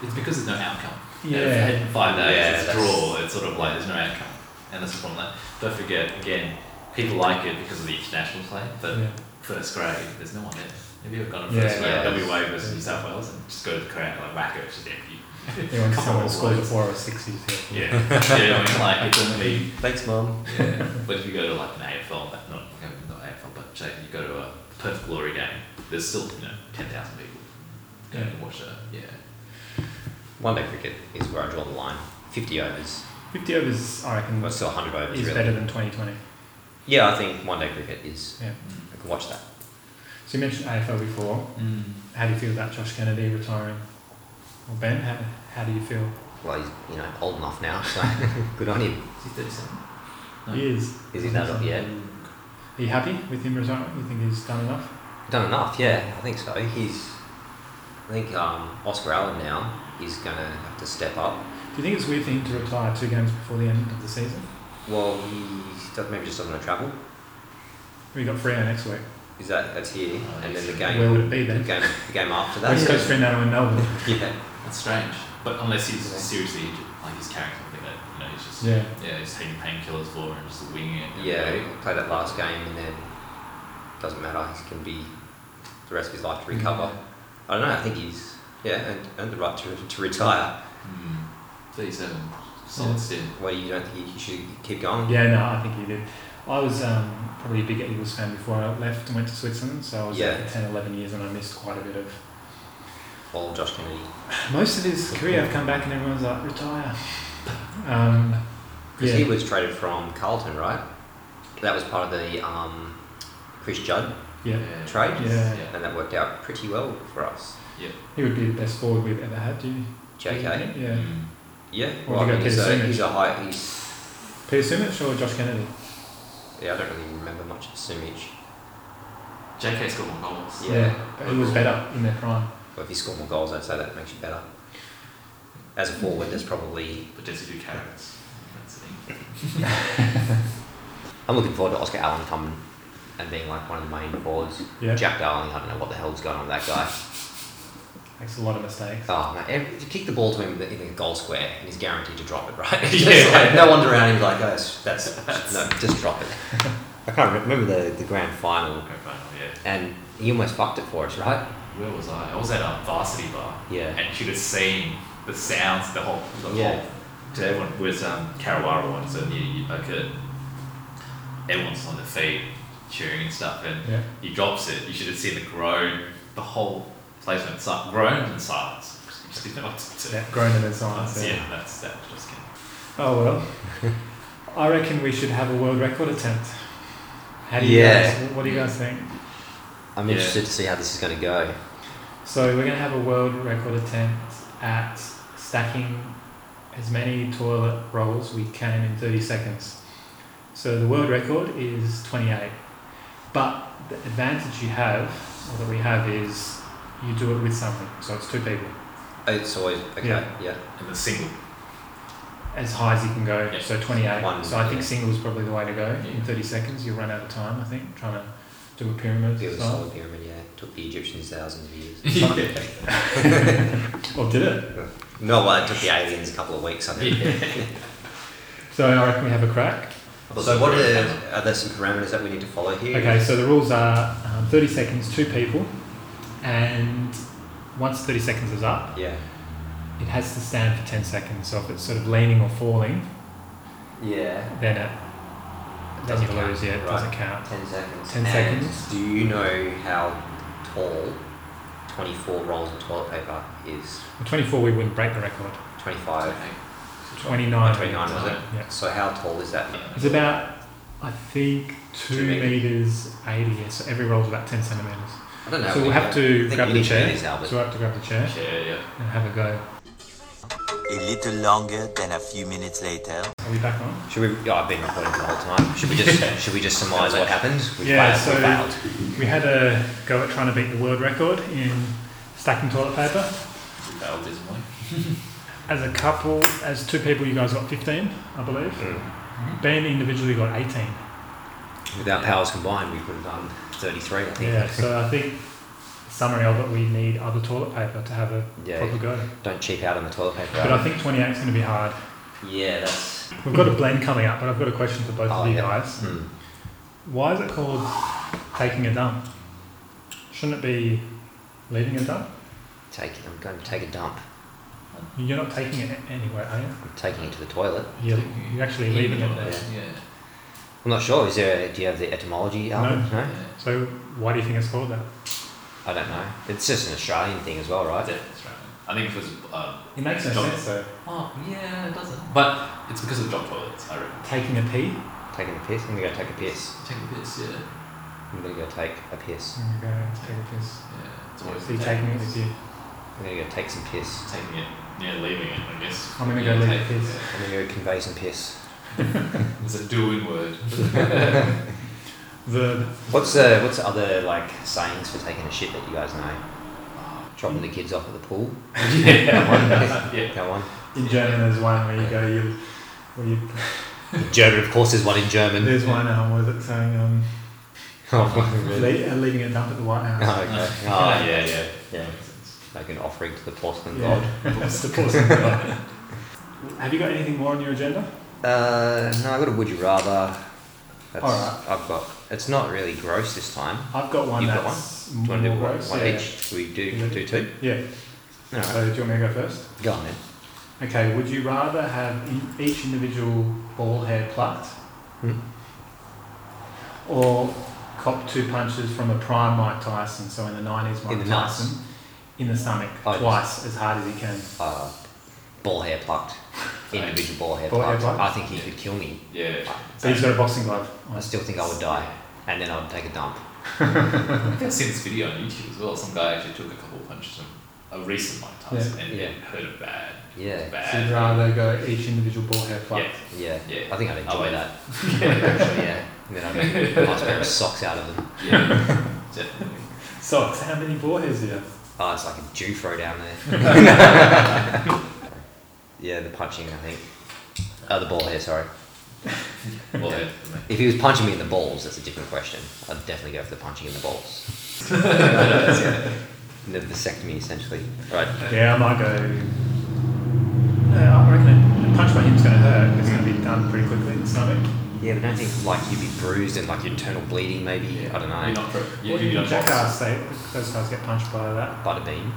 S4: It's because there's no outcome.
S2: Yeah.
S4: If you had five days,
S3: Yeah,
S4: it's a
S3: that's-
S4: draw. It's sort of like there's no outcome, and that's the problem. That don't forget again, people like it because of the international play, but
S2: Yeah.
S4: first grade, there's no one there. Have you ever gone to
S2: Yeah,
S4: first
S3: yeah.
S4: grade? WA versus New South Wales, and just go to the crowd like whack it, it's just empty.
S2: You want
S4: Come
S2: someone
S4: on,
S2: to score
S4: boys.
S2: before or six years ago.
S4: Yeah, yeah. I mean, like it doesn't mean
S3: Thanks, mum.
S4: Yeah. but if you go to like an AFL, not not AFL, but say you go to a Perth Glory game, there's still you know ten thousand people going to watch that. Yeah,
S3: One day cricket is where I draw the line. 50 overs.
S2: 50 overs, I reckon,
S3: Well,
S2: is
S3: still 100 overs, really.
S2: better than 2020.
S3: Yeah, I think one day cricket is.
S2: Yeah.
S3: I can watch that.
S2: So you mentioned AFL before. How do you feel about Josh Kennedy retiring? Well, Ben, how, how do you feel?
S3: Well, he's you know old enough now, so good on him.
S4: is he thirty-seven? No.
S2: He is.
S3: Is he that old? Yeah,
S2: Are you happy with him retiring? You think he's done enough?
S3: done enough. Yeah, I think so. He's. I think um, Oscar Allen now is gonna have to step up.
S2: Do you think it's weird for him to retire two games before the end of the season?
S3: Well, he does, maybe just doesn't want to travel.
S2: We got Freo next week.
S3: Is that that's here,
S4: Oh,
S3: E, and
S4: yes.
S3: then the game,
S2: Where would it be
S3: the
S2: then?
S3: game, the game after that.
S2: West Coast Fremantle in Melbourne.
S3: yeah,
S4: That's strange. But unless he's
S3: Yeah.
S4: seriously injured, like he's carrying something that you know he's just
S2: Yeah.
S4: yeah he's taking painkillers for and just winging it. every
S3: yeah.
S4: day.
S3: Play that last game, and then doesn't matter. He can be the rest of his life to recover.
S2: Mm.
S3: I don't know. I think he's yeah, earned, earned the right to, to retire.
S4: Mm. Thirty-seven, um, solid
S2: Yeah.
S4: stint.
S3: Well, you don't think he should keep going?
S2: Yeah, no, I think he did. I was um, probably a big Eagles fan before I left and went to Switzerland, so I was there
S3: Yeah.
S2: for 10, 11 years and I missed quite a bit of.
S3: Well, Josh Kennedy.
S2: Most of his career, I've come back and everyone's like, retire. Um,
S3: Because
S2: yeah.
S3: he was traded from Carlton, right? That was part of the um, Chris Judd,
S2: yeah,
S3: Trade?
S2: Yeah.
S3: and that worked out pretty well for us.
S2: he would be the best forward we've ever had, do you?
S3: JK,
S2: Yeah.
S4: Mm.
S3: yeah.
S2: Mm-hmm. Or
S3: Well, I
S2: you
S3: mean,
S2: go
S3: he's,
S2: Peter
S3: a,
S2: Simic.
S3: he's a high. He's
S2: Peter Simic or Josh Kennedy?
S3: yeah. I don't really remember much of Sumich.
S4: JK scored one goal. so-
S3: Yeah.
S2: but he was better in their prime.
S3: But if he scored more goals, I'd say that makes you better. As a forward, that's probably.
S4: But does he do carrots? That's the thing.
S3: I'm looking forward to Oscar Allen coming and being like one of the main forwards.
S2: Yeah.
S3: Jack Darling, I don't know what the hell's going on with that guy.
S2: Makes a lot of mistakes.
S3: Oh, man. and If you kick the ball to him in the, in the goal square, and he's guaranteed to drop it, right?
S4: Yeah.
S3: It's like, no one's around him like, oh, that's, that's, no, just drop it. I can't re- remember the, the grand final,
S4: Grand final, oh, yeah.
S3: and he almost fucked it for us, right?
S4: Where was I? I was at a varsity bar.
S3: Yeah.
S4: And you could have seen the sounds, the whole, the
S3: Yeah.
S4: whole. To everyone was um, Karawara one, so near you, like a, everyone's on their feet, cheering and stuff, and
S2: Yeah.
S4: he drops it. You should have seen the groan. The whole place went silent, groaned in silence. Just didn't know what to do.
S2: Yeah, grown in their silence.
S4: That's-
S2: yeah.
S4: yeah, that's that. Just kidding.
S2: Oh well. I reckon we should have a world record attempt. How do you
S3: Yeah.
S2: guys, what do you guys think?
S3: I'm
S4: Yeah.
S3: interested to see how this is going to go.
S2: So we're gonna have a world record attempt at stacking as many toilet rolls we can in 30 seconds. So the world record is 28. But the advantage you have, or that we have, is you do it with something. So it's two people.
S3: It's always okay.
S2: Yeah.
S3: Yeah,
S4: And the single.
S2: As high as you can go,
S4: Yeah.
S2: so 28.
S3: One,
S2: so I think
S3: yeah.
S2: single is probably the way to go. In
S4: Yeah.
S2: 30 seconds, you'll run out of time, I think, trying to do a pyramid.
S3: it was a
S2: style.
S3: solid pyramid. Yeah, took the Egyptians thousands of years.
S4: yeah.
S2: Or did it?
S3: no, well, it took the aliens a couple of weeks. I think.
S2: So I reckon we have a crack.
S3: So, what are, the, are there some parameters that we need to follow here?
S2: Okay, so the rules are um, 30 seconds, two people, and once 30 seconds is up,
S3: Yeah.
S2: it has to stand for 10 seconds. So if it's sort of leaning or falling,
S3: Yeah.
S2: then it then
S3: Doesn't
S2: you
S3: count,
S2: lose. Yeah, it
S3: right.
S2: doesn't count.
S3: Ten seconds.
S2: 10
S3: And
S2: seconds.
S3: Do you know how tall 24 rolls of toilet paper is?
S2: Well, 24, we wouldn't break the record.
S3: 25.
S2: 29.
S3: 29 was it?
S2: Yeah.
S3: So how tall is that?
S2: It's about I think two,
S3: Two meters.
S2: meters eighty. Yes, so every roll's about ten centimeters.
S3: I don't know.
S2: so we'll have
S3: I
S2: to
S3: think
S2: grab
S3: you
S2: the
S3: need
S2: chair.
S3: these, Albert.
S2: So we'll have to grab the chair
S4: Chair, yeah.
S2: and have a go.
S6: A little longer than a few minutes later.
S2: Are we back on?
S3: Should we? Oh, I've been recording for the whole time. Should we just? Should we just surmise what happened? We
S2: Yeah,
S3: failed. we
S2: so-
S3: failed.
S2: We had a go at trying to beat the world record in stacking toilet paper.
S4: We failed dismally.
S2: As a couple, as two people, you guys got fifteen, I believe. Ben individually got eighteen.
S3: With our powers combined, we could have done thirty-three. I think.
S2: Yeah. So I think summary of it, we need other toilet paper to have a
S3: Yeah.
S2: proper go.
S3: Don't cheap out on the toilet paper.
S2: But I think twenty eight is going to be hard.
S3: yeah, that's.
S2: We've got a blend coming up, but I've got a question for both
S3: Oh,
S2: of you
S3: yeah.
S2: guys.
S3: Mm.
S2: Why is it called taking a dump? Shouldn't it be leaving a dump?
S3: Take it. I'm going to take a dump.
S2: You're not taking it anywhere, are you?
S3: I'm taking it to the toilet.
S2: You're, you're actually leaving it there.
S4: Yeah.
S3: I'm not sure. Is there? Do you have the etymology? Albert? no.
S4: yeah.
S2: So why do you think it's called that?
S3: I don't know. It's just an Australian thing as well, right?
S4: That's it, that's right. I think if it was. Uh,
S2: It makes no
S4: Dump.
S2: sense though.
S4: oh, yeah, it doesn't. But it's because of dog toilets, I reckon.
S2: Taking a pee?
S3: Taking a piss. I'm gonna go take a piss.
S4: Take a piss, yeah.
S3: I'm gonna go take a piss.
S2: I'm Mm, going to take a piss.
S4: Yeah. It's always
S2: So you're taking it with you.
S3: I'm gonna go take some piss.
S4: Taking it, yeah, leaving it, I guess.
S2: I'm gonna
S4: Yeah,
S2: go leave
S4: take-
S2: it, please.
S3: I'm gonna go convey some piss.
S4: yeah. It's a doing word.
S2: The
S3: What's the what's the other like sayings for taking a shit that you guys know? Dropping the kids off at the pool.
S4: yeah. yeah.
S3: That one.
S2: in German there's one where you go you where you
S3: In German, of course, there's one in German.
S2: there's one um, what is it saying um
S3: oh,
S2: le- uh, leaving a dump at the White
S3: okay.
S2: House.
S3: oh,
S4: Ah,
S3: yeah,
S4: yeah, yeah.
S3: yeah. Like an offering to the porcelain
S2: Yeah. It's the porcelain god. Have you got anything more on your agenda?
S3: god. Uh, no, I got a would you rather. That's,
S2: Alright.
S3: I've got. It's not really gross this time.
S2: I've got one
S3: You've got
S2: that's
S3: Do you want to do
S2: more
S3: one,
S2: gross,
S3: one
S2: yeah.
S3: each? Should we do
S2: Yeah.
S3: do two?
S2: Yeah.
S3: No,
S2: So do you want me to go first?
S3: go on then.
S2: Okay. Would you rather have in- each individual ball hair plucked,
S3: Hmm.
S2: or cop two punches from a prime Mike Tyson? So in the nineties, Mike
S3: In the nuts.
S2: Tyson, in the stomach,
S3: Oh,
S2: twice as hard as he can.
S3: Uh, ball hair plucked. Individual ball hair
S2: Ball hair
S3: plucked.
S2: plucked?
S3: I think he could kill me.
S4: Yeah.
S2: So he's got a boxing glove. on.
S3: I still think I would die, and then I would take a dump.
S4: I think I've seen this video on YouTube as well. Some guy actually took a couple of punches from a recent Mike Tyson and
S3: Yeah.
S4: it hurt him bad.
S3: Yeah.
S2: So you'd
S4: Bad.
S2: rather go each individual ball hair plucked.
S4: Yeah.
S3: Yeah,
S4: Yeah.
S3: I think I'd enjoy
S4: Oh,
S3: that. Actually, yeah, and then I'd make a nice pair of socks out of them.
S4: Yeah. Definitely.
S2: Socks. How many ball hairs do you have?
S3: Oh, it's like a Jew throw down there. yeah, the punching, I think. Oh, the ball here, sorry.
S4: Well, yeah. for me.
S3: If he was punching me in the balls, that's a different question. I'd definitely go for the punching in the balls. the vasectomy, essentially. Right.
S2: Yeah, I might go. No, I reckon a punch by him's going to hurt. It's going to be done pretty quickly in the stomach.
S3: Yeah, but don't think like you'd be bruised and like internal bleeding, maybe. I don't
S4: You're
S3: know.
S4: not pro- you,
S2: Or
S4: you
S2: even
S4: don't box.
S2: jackass, they, those guys get punched by that.
S3: Bada bean.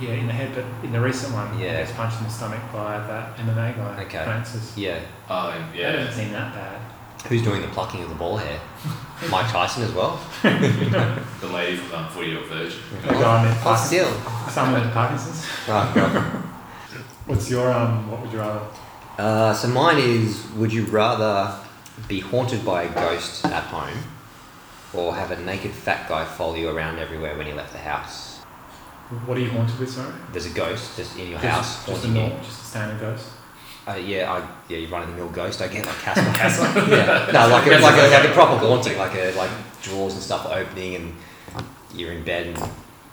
S2: Yeah, in the head, but in the recent one, he
S3: Yeah.
S2: gets punched in the stomach by that MMA guy,
S3: Okay.
S2: Francis.
S3: Yeah.
S4: Oh,
S2: That
S4: yeah.
S2: doesn't seem that bad.
S3: Who's doing the plucking of the ball hair? Mike Tyson as well.
S4: The lady from um, 40 Year Old Virgin.
S2: The guy with
S3: Oh,
S2: Parkinson's.
S3: still.
S2: Someone with Parkinson's.
S3: Oh, God.
S2: What's your, um, what would you rather?
S3: Uh, so mine is: Would you rather be haunted by a ghost at home, or have a naked fat guy follow you around everywhere when you left the house?
S2: What are you haunted with, sorry?
S3: There's a ghost just in your
S2: Just-
S3: house
S2: Just a
S3: haunting you.
S2: normal, just a standard ghost.
S3: Uh, yeah, I yeah, you run in the mill ghost. I get like Casper. Casper. yeah, no, like a, like a, like a proper haunting, like a like drawers and stuff opening, and you're in bed and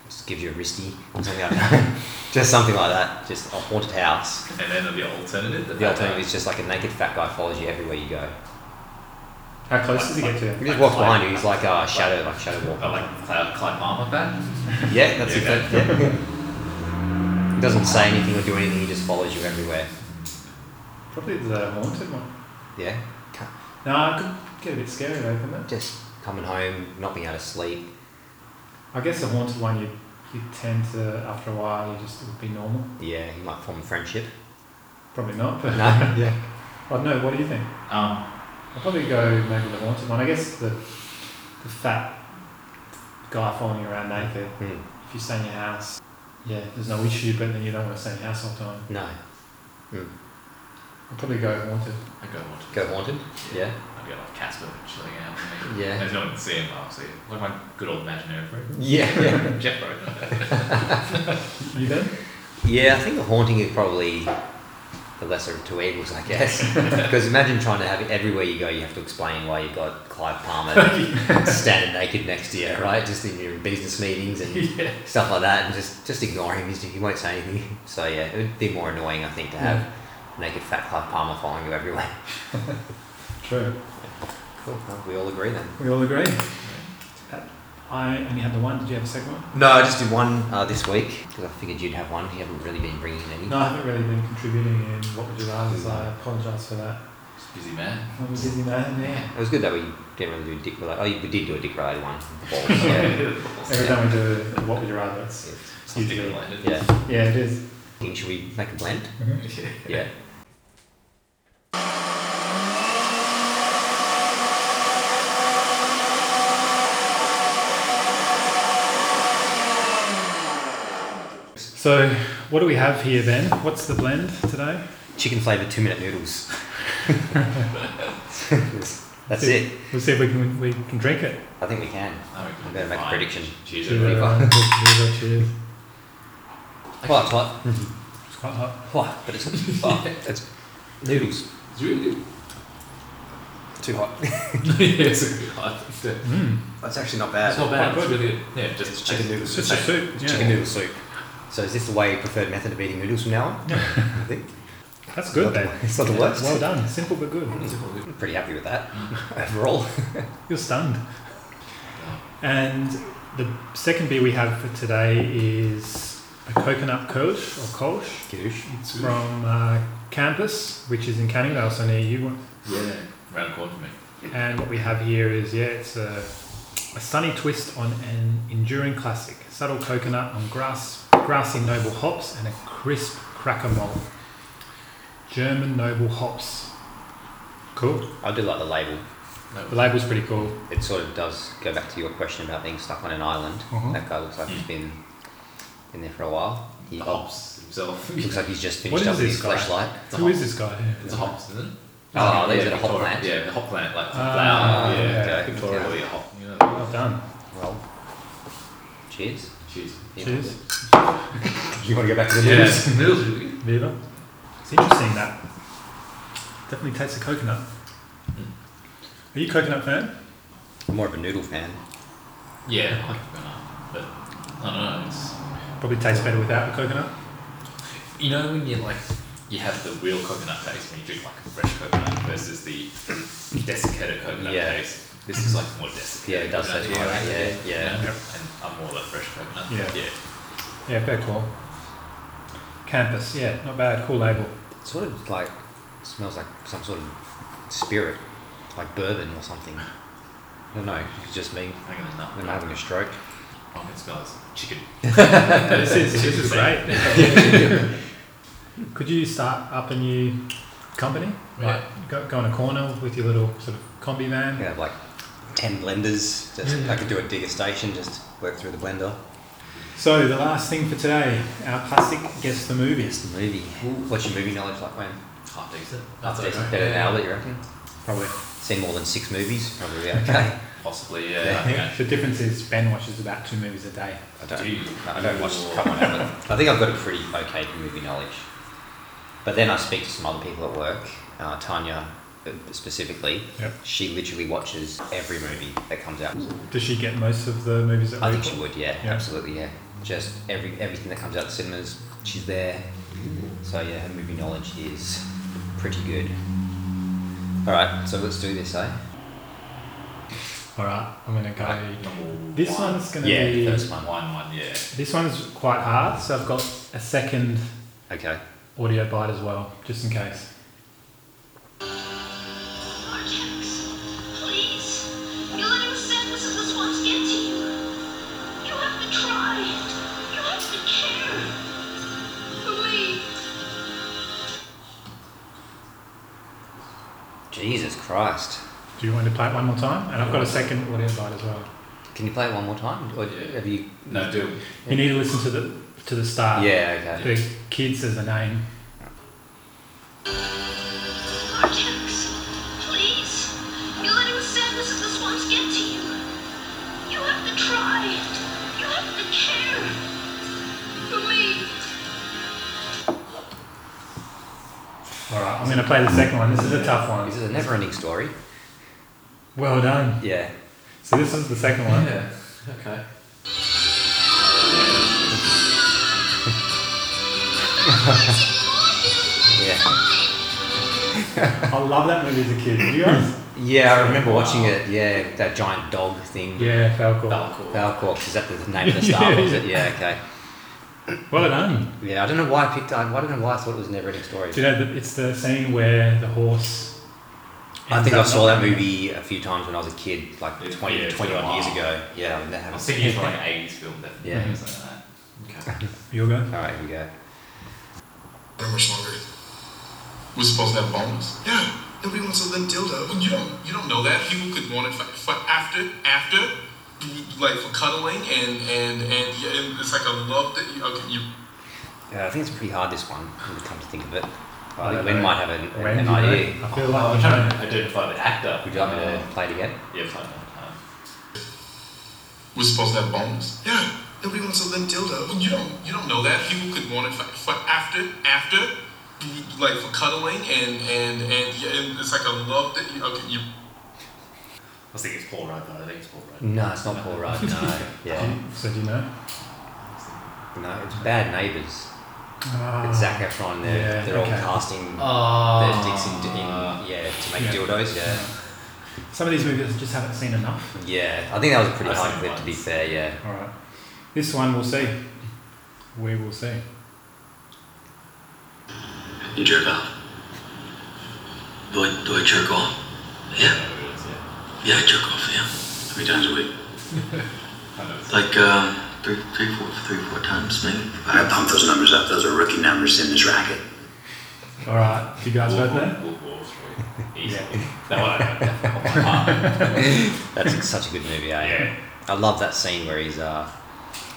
S3: just gives you a wristy or something like that. just something like that. Just a haunted house.
S4: And then the alternative.
S3: The alternative is just like a naked fat guy follows you everywhere you go.
S2: How close does he get to
S3: He
S2: you?
S3: just walks behind you. He's like a shadow, like shadow walker.
S4: I like Clyde, Clyde Palmer Um, that.
S3: Yeah, that's
S4: Yeah,
S3: exactly. Yeah. He doesn't say anything or do anything. He just follows you everywhere.
S2: Probably the haunted one.
S3: Yeah.
S2: No, it could get a bit scary though, couldn't it?
S3: Just coming home, not being able to sleep.
S2: I guess the haunted one, you you tend to after a while, you just it would be normal.
S3: Yeah, you might form a friendship.
S2: Probably not, but
S3: No. yeah.
S2: I don't know. What do you think?
S4: Um,
S2: I'll probably go maybe the haunted one. I guess the the fat guy following you around naked.
S3: Hmm.
S2: If you stay in your house, yeah, there's no issue. But then you don't want to stay in your house all the time.
S3: No.
S2: I'll probably go haunted.
S4: I go haunted.
S3: Go haunted. Yeah.
S4: I I got off Casper chilling out with me.
S3: Yeah.
S4: There's no one to see him, obviously. Like my good old imaginary friend,
S3: Yeah.
S4: Jeff Rowe.
S2: Are you there?
S3: Yeah, I think the haunting is probably the lesser of two evils, I guess. Because imagine trying to have it everywhere you go, you have to explain why you got Clive Palmer standing naked next to you, right? Just in your business meetings and
S4: Yeah.
S3: stuff like that, and just just ignore him. He's, he won't say anything. So yeah, it would be more annoying, I think, to have naked fat Clive Palmer following you everywhere.
S2: True.
S3: Cool. Well, we all agree then.
S2: We all agree. Uh, I only had the one. Did you have a second one?
S3: No, I just did one uh, this week because I figured you'd have one. You haven't really been bringing in any.
S2: No, I haven't really been contributing in what would you rather, so I apologise for that.
S4: Busy man.
S2: I'm a busy man, yeah.
S3: It was good that we didn't really do a dick related. Oh, we did do a dick related one. Balls, yeah.
S2: Every time we do what would you rather, it's
S3: It's-
S4: Something
S2: usually.
S4: related.
S3: Yeah.
S2: Yeah, it is.
S3: Think, Should we make a blend? Yeah.
S2: So, what do we have here then? What's the blend today?
S3: Chicken flavored two minute noodles. That's
S2: See-
S3: it.
S2: We'll see if we can, we can drink it.
S3: I think we can.
S4: No, we can
S3: I'm gonna make a
S4: fine.
S3: prediction.
S4: Cheers,
S2: Cheers,
S4: everybody.
S2: everyone. Cheers, cheers.
S3: Oh, it's hot.
S2: It's quite hot.
S3: Oh, but it's, oh, it's noodles.
S4: It's really good.
S3: Too hot.
S4: yeah, it's a good
S3: Uh,
S4: hot. It's
S2: Mm.
S3: That's actually not bad.
S4: not bad.
S2: quite
S4: It's
S2: good.
S4: really good. Yeah, just
S3: It's chicken noodles.
S2: It's just a soup. Yeah.
S3: Chicken noodle soup. So is this the way preferred method of eating noodles from now on? I think.
S2: That's good,
S3: Not the-
S2: babe.
S3: It's not the worst.
S2: Well done. Simple but good.
S3: I'm pretty happy with that overall.
S2: You're stunned. And the second beer we have for today is a coconut kolsch or kolsch.
S3: Goosh.
S2: It's from uh, Campus, which is in Canningdale, so near you.
S4: Yeah. Round the corner from me.
S2: And what we have here is, yeah, it's a, a sunny twist on an enduring classic. Subtle coconut on grass, grassy noble hops and a crisp cracker malt. German noble hops. Cool.
S3: I do like the label.
S4: No,
S2: The label's pretty cool.
S3: It sort of does go back to your question about being stuck on an island.
S2: Mhm.
S3: That guy looks like he's been in there for a while. He
S4: the hops himself.
S3: Looks like he's just
S2: What
S3: finished
S2: is
S3: up with
S2: this
S3: his
S2: guy?
S3: flashlight.
S4: It's a
S2: Who is
S4: hop.
S2: this guy?
S4: It's a hops, isn't it?
S3: Oh, these
S4: Yeah,
S3: are the hop
S4: Victoria-
S3: plant.
S4: Yeah, the hop plant, like the
S2: Ah,
S4: flower. Yeah, Oh.
S2: okay.
S4: yeah. Victoria,
S3: Yeah.
S4: a hop. You know.
S2: Well done.
S3: Well, cheers.
S4: Cheers.
S3: Yeah.
S2: Cheers.
S3: You want to go back to the
S4: Yeah,
S3: noodles?
S4: noodles are really good.
S2: Viva. It's interesting that. Definitely tastes the coconut. Are you a coconut fan?
S3: I'm more of a noodle fan.
S4: Yeah, I like it banana, but I don't know. It's
S2: Probably tastes better without the coconut.
S4: you know when you like you have the real coconut taste when you drink like a fresh coconut versus the desiccated coconut
S3: Yeah.
S4: taste. This is like more
S3: Yeah, it
S4: desiccated.
S3: does
S4: coconut,
S3: taste more like that, yeah, yeah.
S4: you know,
S2: Yep.
S4: And I'm more like fresh coconut.
S2: Yeah.
S4: yeah.
S2: Yeah, fair call. Campus, yeah, not bad. Cool label.
S3: It sort of like smells like some sort of spirit, like bourbon or something. I don't know. It's just me.
S4: I think it's not.
S3: I'm having a stroke.
S4: I can smell it's Oh, chicken.
S2: this is this is
S4: Same.
S2: great. Could you start up a new company?
S4: Yeah.
S2: Like, go, go in a corner with your little sort of combi
S3: I
S2: van.
S3: could have like ten blenders. Just I could do a degustation. Just work through the blender.
S2: So the last thing for today, our classic guess the movie.
S3: It's the movie. What's your movie knowledge like, Wayne?
S4: Half decent.
S3: That's
S4: That's okay.
S3: better than Albert, you reckon?
S2: Probably.
S3: Seen more than six movies, probably okay.
S4: Possibly, yeah.
S3: Yeah.
S4: I think I-
S2: The difference is Ben watches about two movies a day.
S3: I don't.
S4: Gee.
S3: I don't watch. Come on, Alan. I think I've got a pretty okay movie knowledge, but then I speak to some other people at work. Uh, Tanya, uh, specifically,
S2: Yep.
S3: she literally watches every movie that comes out.
S2: Does she get most of the movies that
S3: I
S2: we
S3: think she would. Yeah,
S2: Yeah.
S3: absolutely. Yeah, just every everything that comes out of cinemas, she's there. So yeah, her movie knowledge is pretty good. All right, so let's do this, eh?
S2: All right, I'm gonna go.
S4: Number
S2: This
S4: one.
S2: one's gonna
S3: Yeah,
S2: be.
S3: first
S4: One,
S3: one.
S4: one, one, yeah.
S2: This one's quite hard, so I've got a second
S3: Okay.
S2: audio bite as well, just in case.
S7: Please, you're letting the sadness of this once get to you. You have to try. You have to care. Believe.
S3: Jesus Christ.
S2: Do you want to play it one more time? And I've got a second audio bite as well.
S3: Can you play it one more time? Or
S4: Yeah.
S3: have you?
S4: No, do
S2: You need to listen to the to the start.
S3: Yeah. Okay.
S2: The kids as a name.
S7: Artex, please,
S2: going to play the second one. This is a tough one.
S3: This is a never-ending story.
S2: Well done.
S3: Yeah.
S2: So this is the second one.
S4: Yeah. Okay.
S3: Yeah.
S2: I love that movie as a kid. Did you guys?
S3: Yeah, I remember watching it. Yeah, that giant dog thing.
S2: yeah, Falcor.
S4: Falcor.
S3: Falcorx, is that the name of the star? was it? Yeah, okay.
S2: Well done.
S3: Yeah, I don't know why I picked. I, I don't know why I thought it was a never-ending story.
S2: Do you know that it's the scene where the horse.
S3: I
S2: ends
S3: think I
S2: up
S3: saw that
S2: not-
S3: movie a few times when I was a kid, like
S4: Yeah,
S3: 20,
S4: yeah,
S3: 20 odd
S4: wow.
S3: years ago. Yeah, I mean, that
S4: I
S3: happens.
S4: was thinking it's like an 80s film, definitely.
S3: Yeah.
S4: It's like that. Okay.
S2: You'll go.
S3: All right, here we go.
S8: How much longer? We're supposed to have bonus.
S9: Yeah, nobody wants a limp dildo.
S8: You don't. You don't know that. People could want it for, for after, after, like for cuddling and and and, yeah, and it's like a love that. You, okay, you.
S3: Yeah, Uh, I think it's pretty hard this one when it comes to think of it.
S2: I
S3: I think
S2: don't
S3: Len
S2: know.
S3: might have an, an-
S2: Ren,
S3: an
S2: do you know? I
S3: idea.
S2: feel
S4: Well,
S2: like
S4: I'm
S2: we
S4: trying to
S2: know.
S4: identify the actor.
S3: Would you like me to play it again?
S4: Yeah, um, play that.
S8: We're supposed to have bonus.
S9: Yeah, nobody wants a limp dildo.
S8: You don't. You don't know that. People could want it for, for after, after, like for cuddling and and and, yeah, and it's like a love that. You, okay, you.
S4: I was thinking it's Paul Rudd, though. I think it's Paul Rudd.
S3: No, it's not Paul Rudd. No, yeah,
S2: So do you know?
S3: no, it's Bad Neighbours. It's Zac Efron. They're,
S2: Ah. Yeah,
S3: they're all
S2: okay.
S3: casting their
S4: Oh.
S3: dicks in, in yeah to make
S2: Yeah.
S3: dildos. Yeah,
S2: Some of these movies I just haven't seen enough.
S3: yeah. I think that was a pretty
S4: I've
S3: high
S4: seen
S3: clip to be
S4: once.
S3: fair. Yeah.
S2: All right. This one we'll see. We will see.
S9: You jerk off. Do I, do I jerk off? Yeah, yeah, I jerk off, yeah. Three times a week. Like, um, three, three, four, three, four times maybe. I bump those numbers up. Those are rookie numbers in this racket.
S2: All right. Do you guys both know?
S4: Wolf Wall Street. Easily. That one I know definitely off by heart.
S3: That's such a good movie. Eh?
S4: Yeah.
S3: I love that scene where he's uh,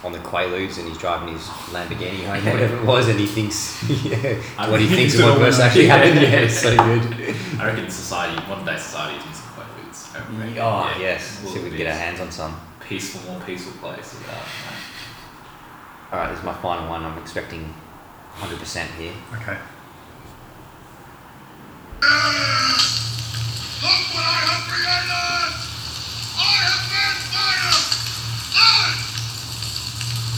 S3: on the Quaaludes and he's driving his Lamborghini home, whatever it was, and he thinks yeah,
S4: I
S3: what he
S4: really
S3: thinks of
S2: don't
S3: what was
S2: know.
S3: actually happened. Yeah, it's so good.
S4: I reckon society, modern day society, is missing quite boots. I
S3: Oh
S4: reckon.
S3: yes,
S4: Will
S3: see if we
S4: be
S3: can get our hands on some.
S4: a peaceful, more peaceful place without. Like,
S3: All right, this is my final one. I'm expecting 100% here.
S2: Okay.
S7: Look what I have created! I have made fire!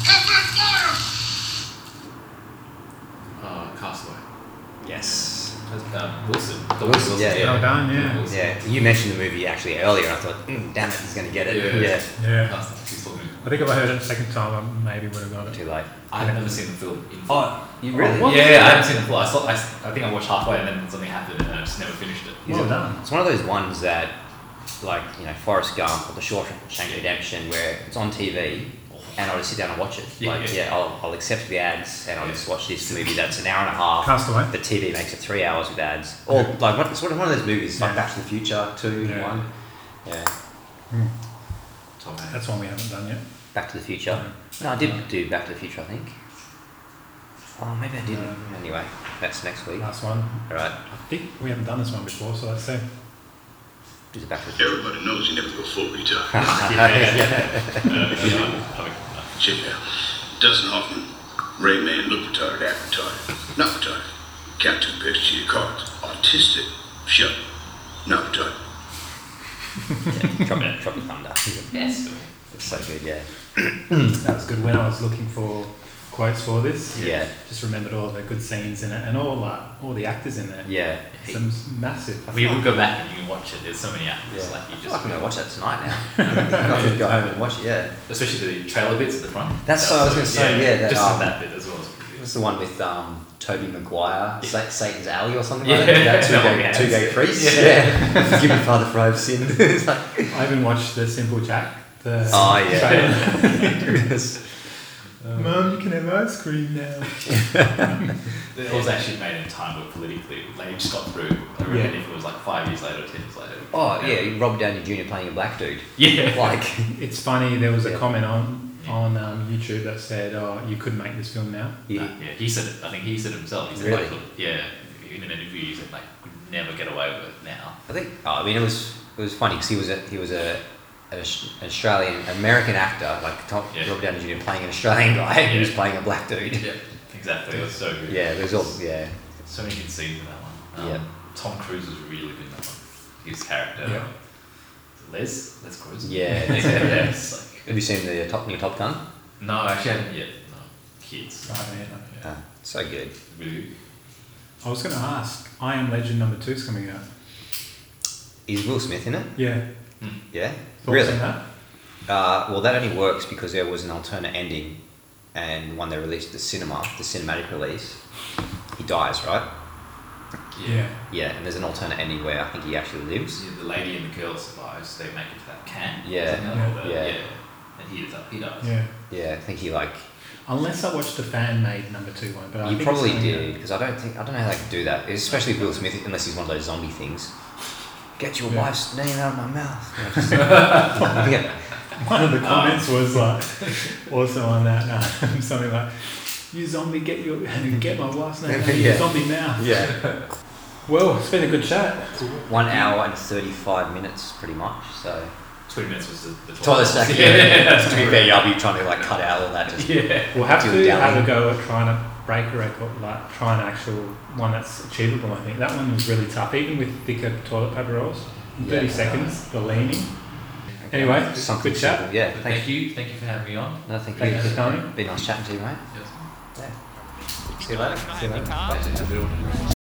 S7: I have made fire!
S4: oh, Castaway.
S3: Yes.
S4: That's, um, Wilson. Wilson.
S3: Wilson, yeah, yeah.
S2: Well done, yeah.
S4: Wilson.
S3: Yeah, you mentioned the movie actually earlier. I thought, mm, damn it, he's going to get it.
S4: Yeah.
S3: Yeah.
S2: Yeah.
S4: Castaway, peaceful movie.
S2: I think if I heard it a second time, I maybe would have got it.
S3: Too late.
S4: I've never seen the film. In
S3: Oh, you
S2: really?
S4: yeah, yeah, I haven't seen the film. I, saw, I, s- I think I watched halfway and then something happened and I just never finished it.
S2: Well done.
S3: It's one of those ones that, like, you know, Forrest Gump or The Shawshank Redemption, where it's on TV and I'll just sit down and watch it.
S4: Yeah,
S3: like,
S4: yeah.
S3: yeah, I'll, I'll accept the ads and I'll just watch this movie that's an hour and a half.
S2: Castaway.
S3: The TV makes it three hours with ads. Or, like, what, it's one of one of those movies, like
S2: Yeah.
S3: Back to the Future 2,
S2: Yeah.
S3: 1. Yeah.
S4: Tom Hanks.
S2: That's one we haven't done yet.
S3: Back to the Future. No, I did do Back to the Future, I think. Oh, maybe I didn't. Anyway, that's next week.
S2: Last one.
S3: All right,
S2: I think we haven't done this one before, so let's see.
S3: do the Back to the Future.
S9: Everybody knows you never go full retard. Check it out. Dustin Hoffman, Rayman, look retarded, act retarded, not retarded. Captain picks to your cards. Autistic, shut, not retarded.
S3: Tropic, Tropic Thunder.
S5: Yes.
S3: It's so good, yeah.
S2: That was good. When I was looking for quotes for this,
S3: Yeah.
S2: just remembered all the good scenes in it and all that, all the actors in there.
S3: Yeah.
S2: It's a massive.
S4: We will go back and you can watch it. There's so many actors. Like
S3: I feel
S4: you just
S3: like I'm gonna watch that tonight now. I could go home and watch it. Yeah,
S4: especially the trailer bits at the front.
S3: That's what I was gonna say, yeah, that,
S4: just
S3: um,
S4: that bit as well. is pretty good.
S3: what's the one with um, Toby Maguire, Sa- Satan's Alley or something
S4: Yeah.
S3: like that? Two
S4: That one we
S3: gay,
S4: had.
S3: two gay priests.
S4: Yeah.
S3: Yeah, forgive me, Father, for I've sinned. It's like,
S2: I even watched the Simple Jack. The
S3: oh yeah.
S2: trailer.
S3: Yes.
S2: Mum, you can have ice cream now.
S4: It was actually made in time, but politically, like it just got through. I reckon
S2: Yeah.
S4: if it was like five years later, or ten years later.
S3: oh yeah, Rob Downey Jr. playing a black dude.
S4: Yeah.
S3: Like,
S2: It's funny. There was a
S3: Yeah.
S2: comment on on um, YouTube that said, "Oh, you could make this film now."
S3: yeah.
S4: Yeah, he said it. I think he said it himself. He said
S3: Really?
S4: like, yeah, in an interview, he said like, could never get away with it now.
S3: I think. Oh, I mean, it was it was funny because he was a he was a an Aus- Australian American actor like Tom,
S4: Yeah.
S3: Rob Downey Jr. playing an Australian guy and he was
S4: Yeah.
S3: playing a black dude.
S4: exactly. It was so good.
S3: Yeah, there's all yeah
S4: So many good scenes in that one. Um,
S3: yeah.
S4: Tom Cruise was really good in that one. His character.
S2: Yeah.
S4: Les? Les Cruise?
S3: Yeah.
S4: yeah, it's like,
S3: Have you seen the top new Top Gun?
S4: no, actually, I haven't yet. No. Kids.
S2: I haven't either.
S4: Yeah.
S3: Yeah, so good.
S4: Really?
S2: I was going to ask, I Am Legend number two is coming out.
S3: Is Will Smith in it?
S2: Yeah.
S3: Yeah.
S2: Thoughts on that?
S3: Uh, well, that only works because there was an alternate ending, and when they released the cinema, the cinematic release, he dies, right?
S2: Yeah.
S3: Yeah, and there's an alternate ending where I think he actually lives.
S4: Yeah, the lady and the girl survives, they make it to that camp.
S3: Yeah.
S4: isn't it? Or the-
S3: Yeah.
S4: And he is up, he dies.
S2: Yeah.
S3: Yeah, I think he like
S2: Unless I watched the fan made number two one, but I
S3: he
S2: think
S3: Uh, probably
S2: it's coming
S3: did because I don't think I don't know how they could do that, especially Will Smith, unless he's one of those zombie things. Get your
S2: Yeah.
S3: wife's name out of my mouth. You know, just- yeah.
S2: out. One of the comments was like, also on that, no, something like, "You zombie, get your get my wife's name out of your
S3: Yeah.
S2: zombie mouth."
S3: yeah.
S2: Well, it's been a good chat.
S3: One hour and thirty-five minutes, pretty much. So.
S4: Twenty minutes was the, the
S3: Toilet snack.
S4: Yeah.
S3: to be fair, I'll be trying to like cut out all that. Just,
S4: yeah.
S2: We'll have
S3: Do
S2: to
S3: down.
S2: have a go at trying to break a record, like try an actual one that's achievable. I think that one was really tough, even with thicker toilet paper rolls. In Thirty
S3: Yeah.
S2: seconds, the leaning. Anyway,
S3: something
S2: good chat.
S3: simple. Yeah,
S4: But
S3: thank
S4: Thank
S3: you.
S4: you. Thank you for having me on.
S3: No, thank
S2: Thank you
S3: you.
S2: for coming.
S3: Be nice chatting to you, mate.
S4: Yes.
S3: See you later.
S1: Can I have your car?
S4: Back to the building.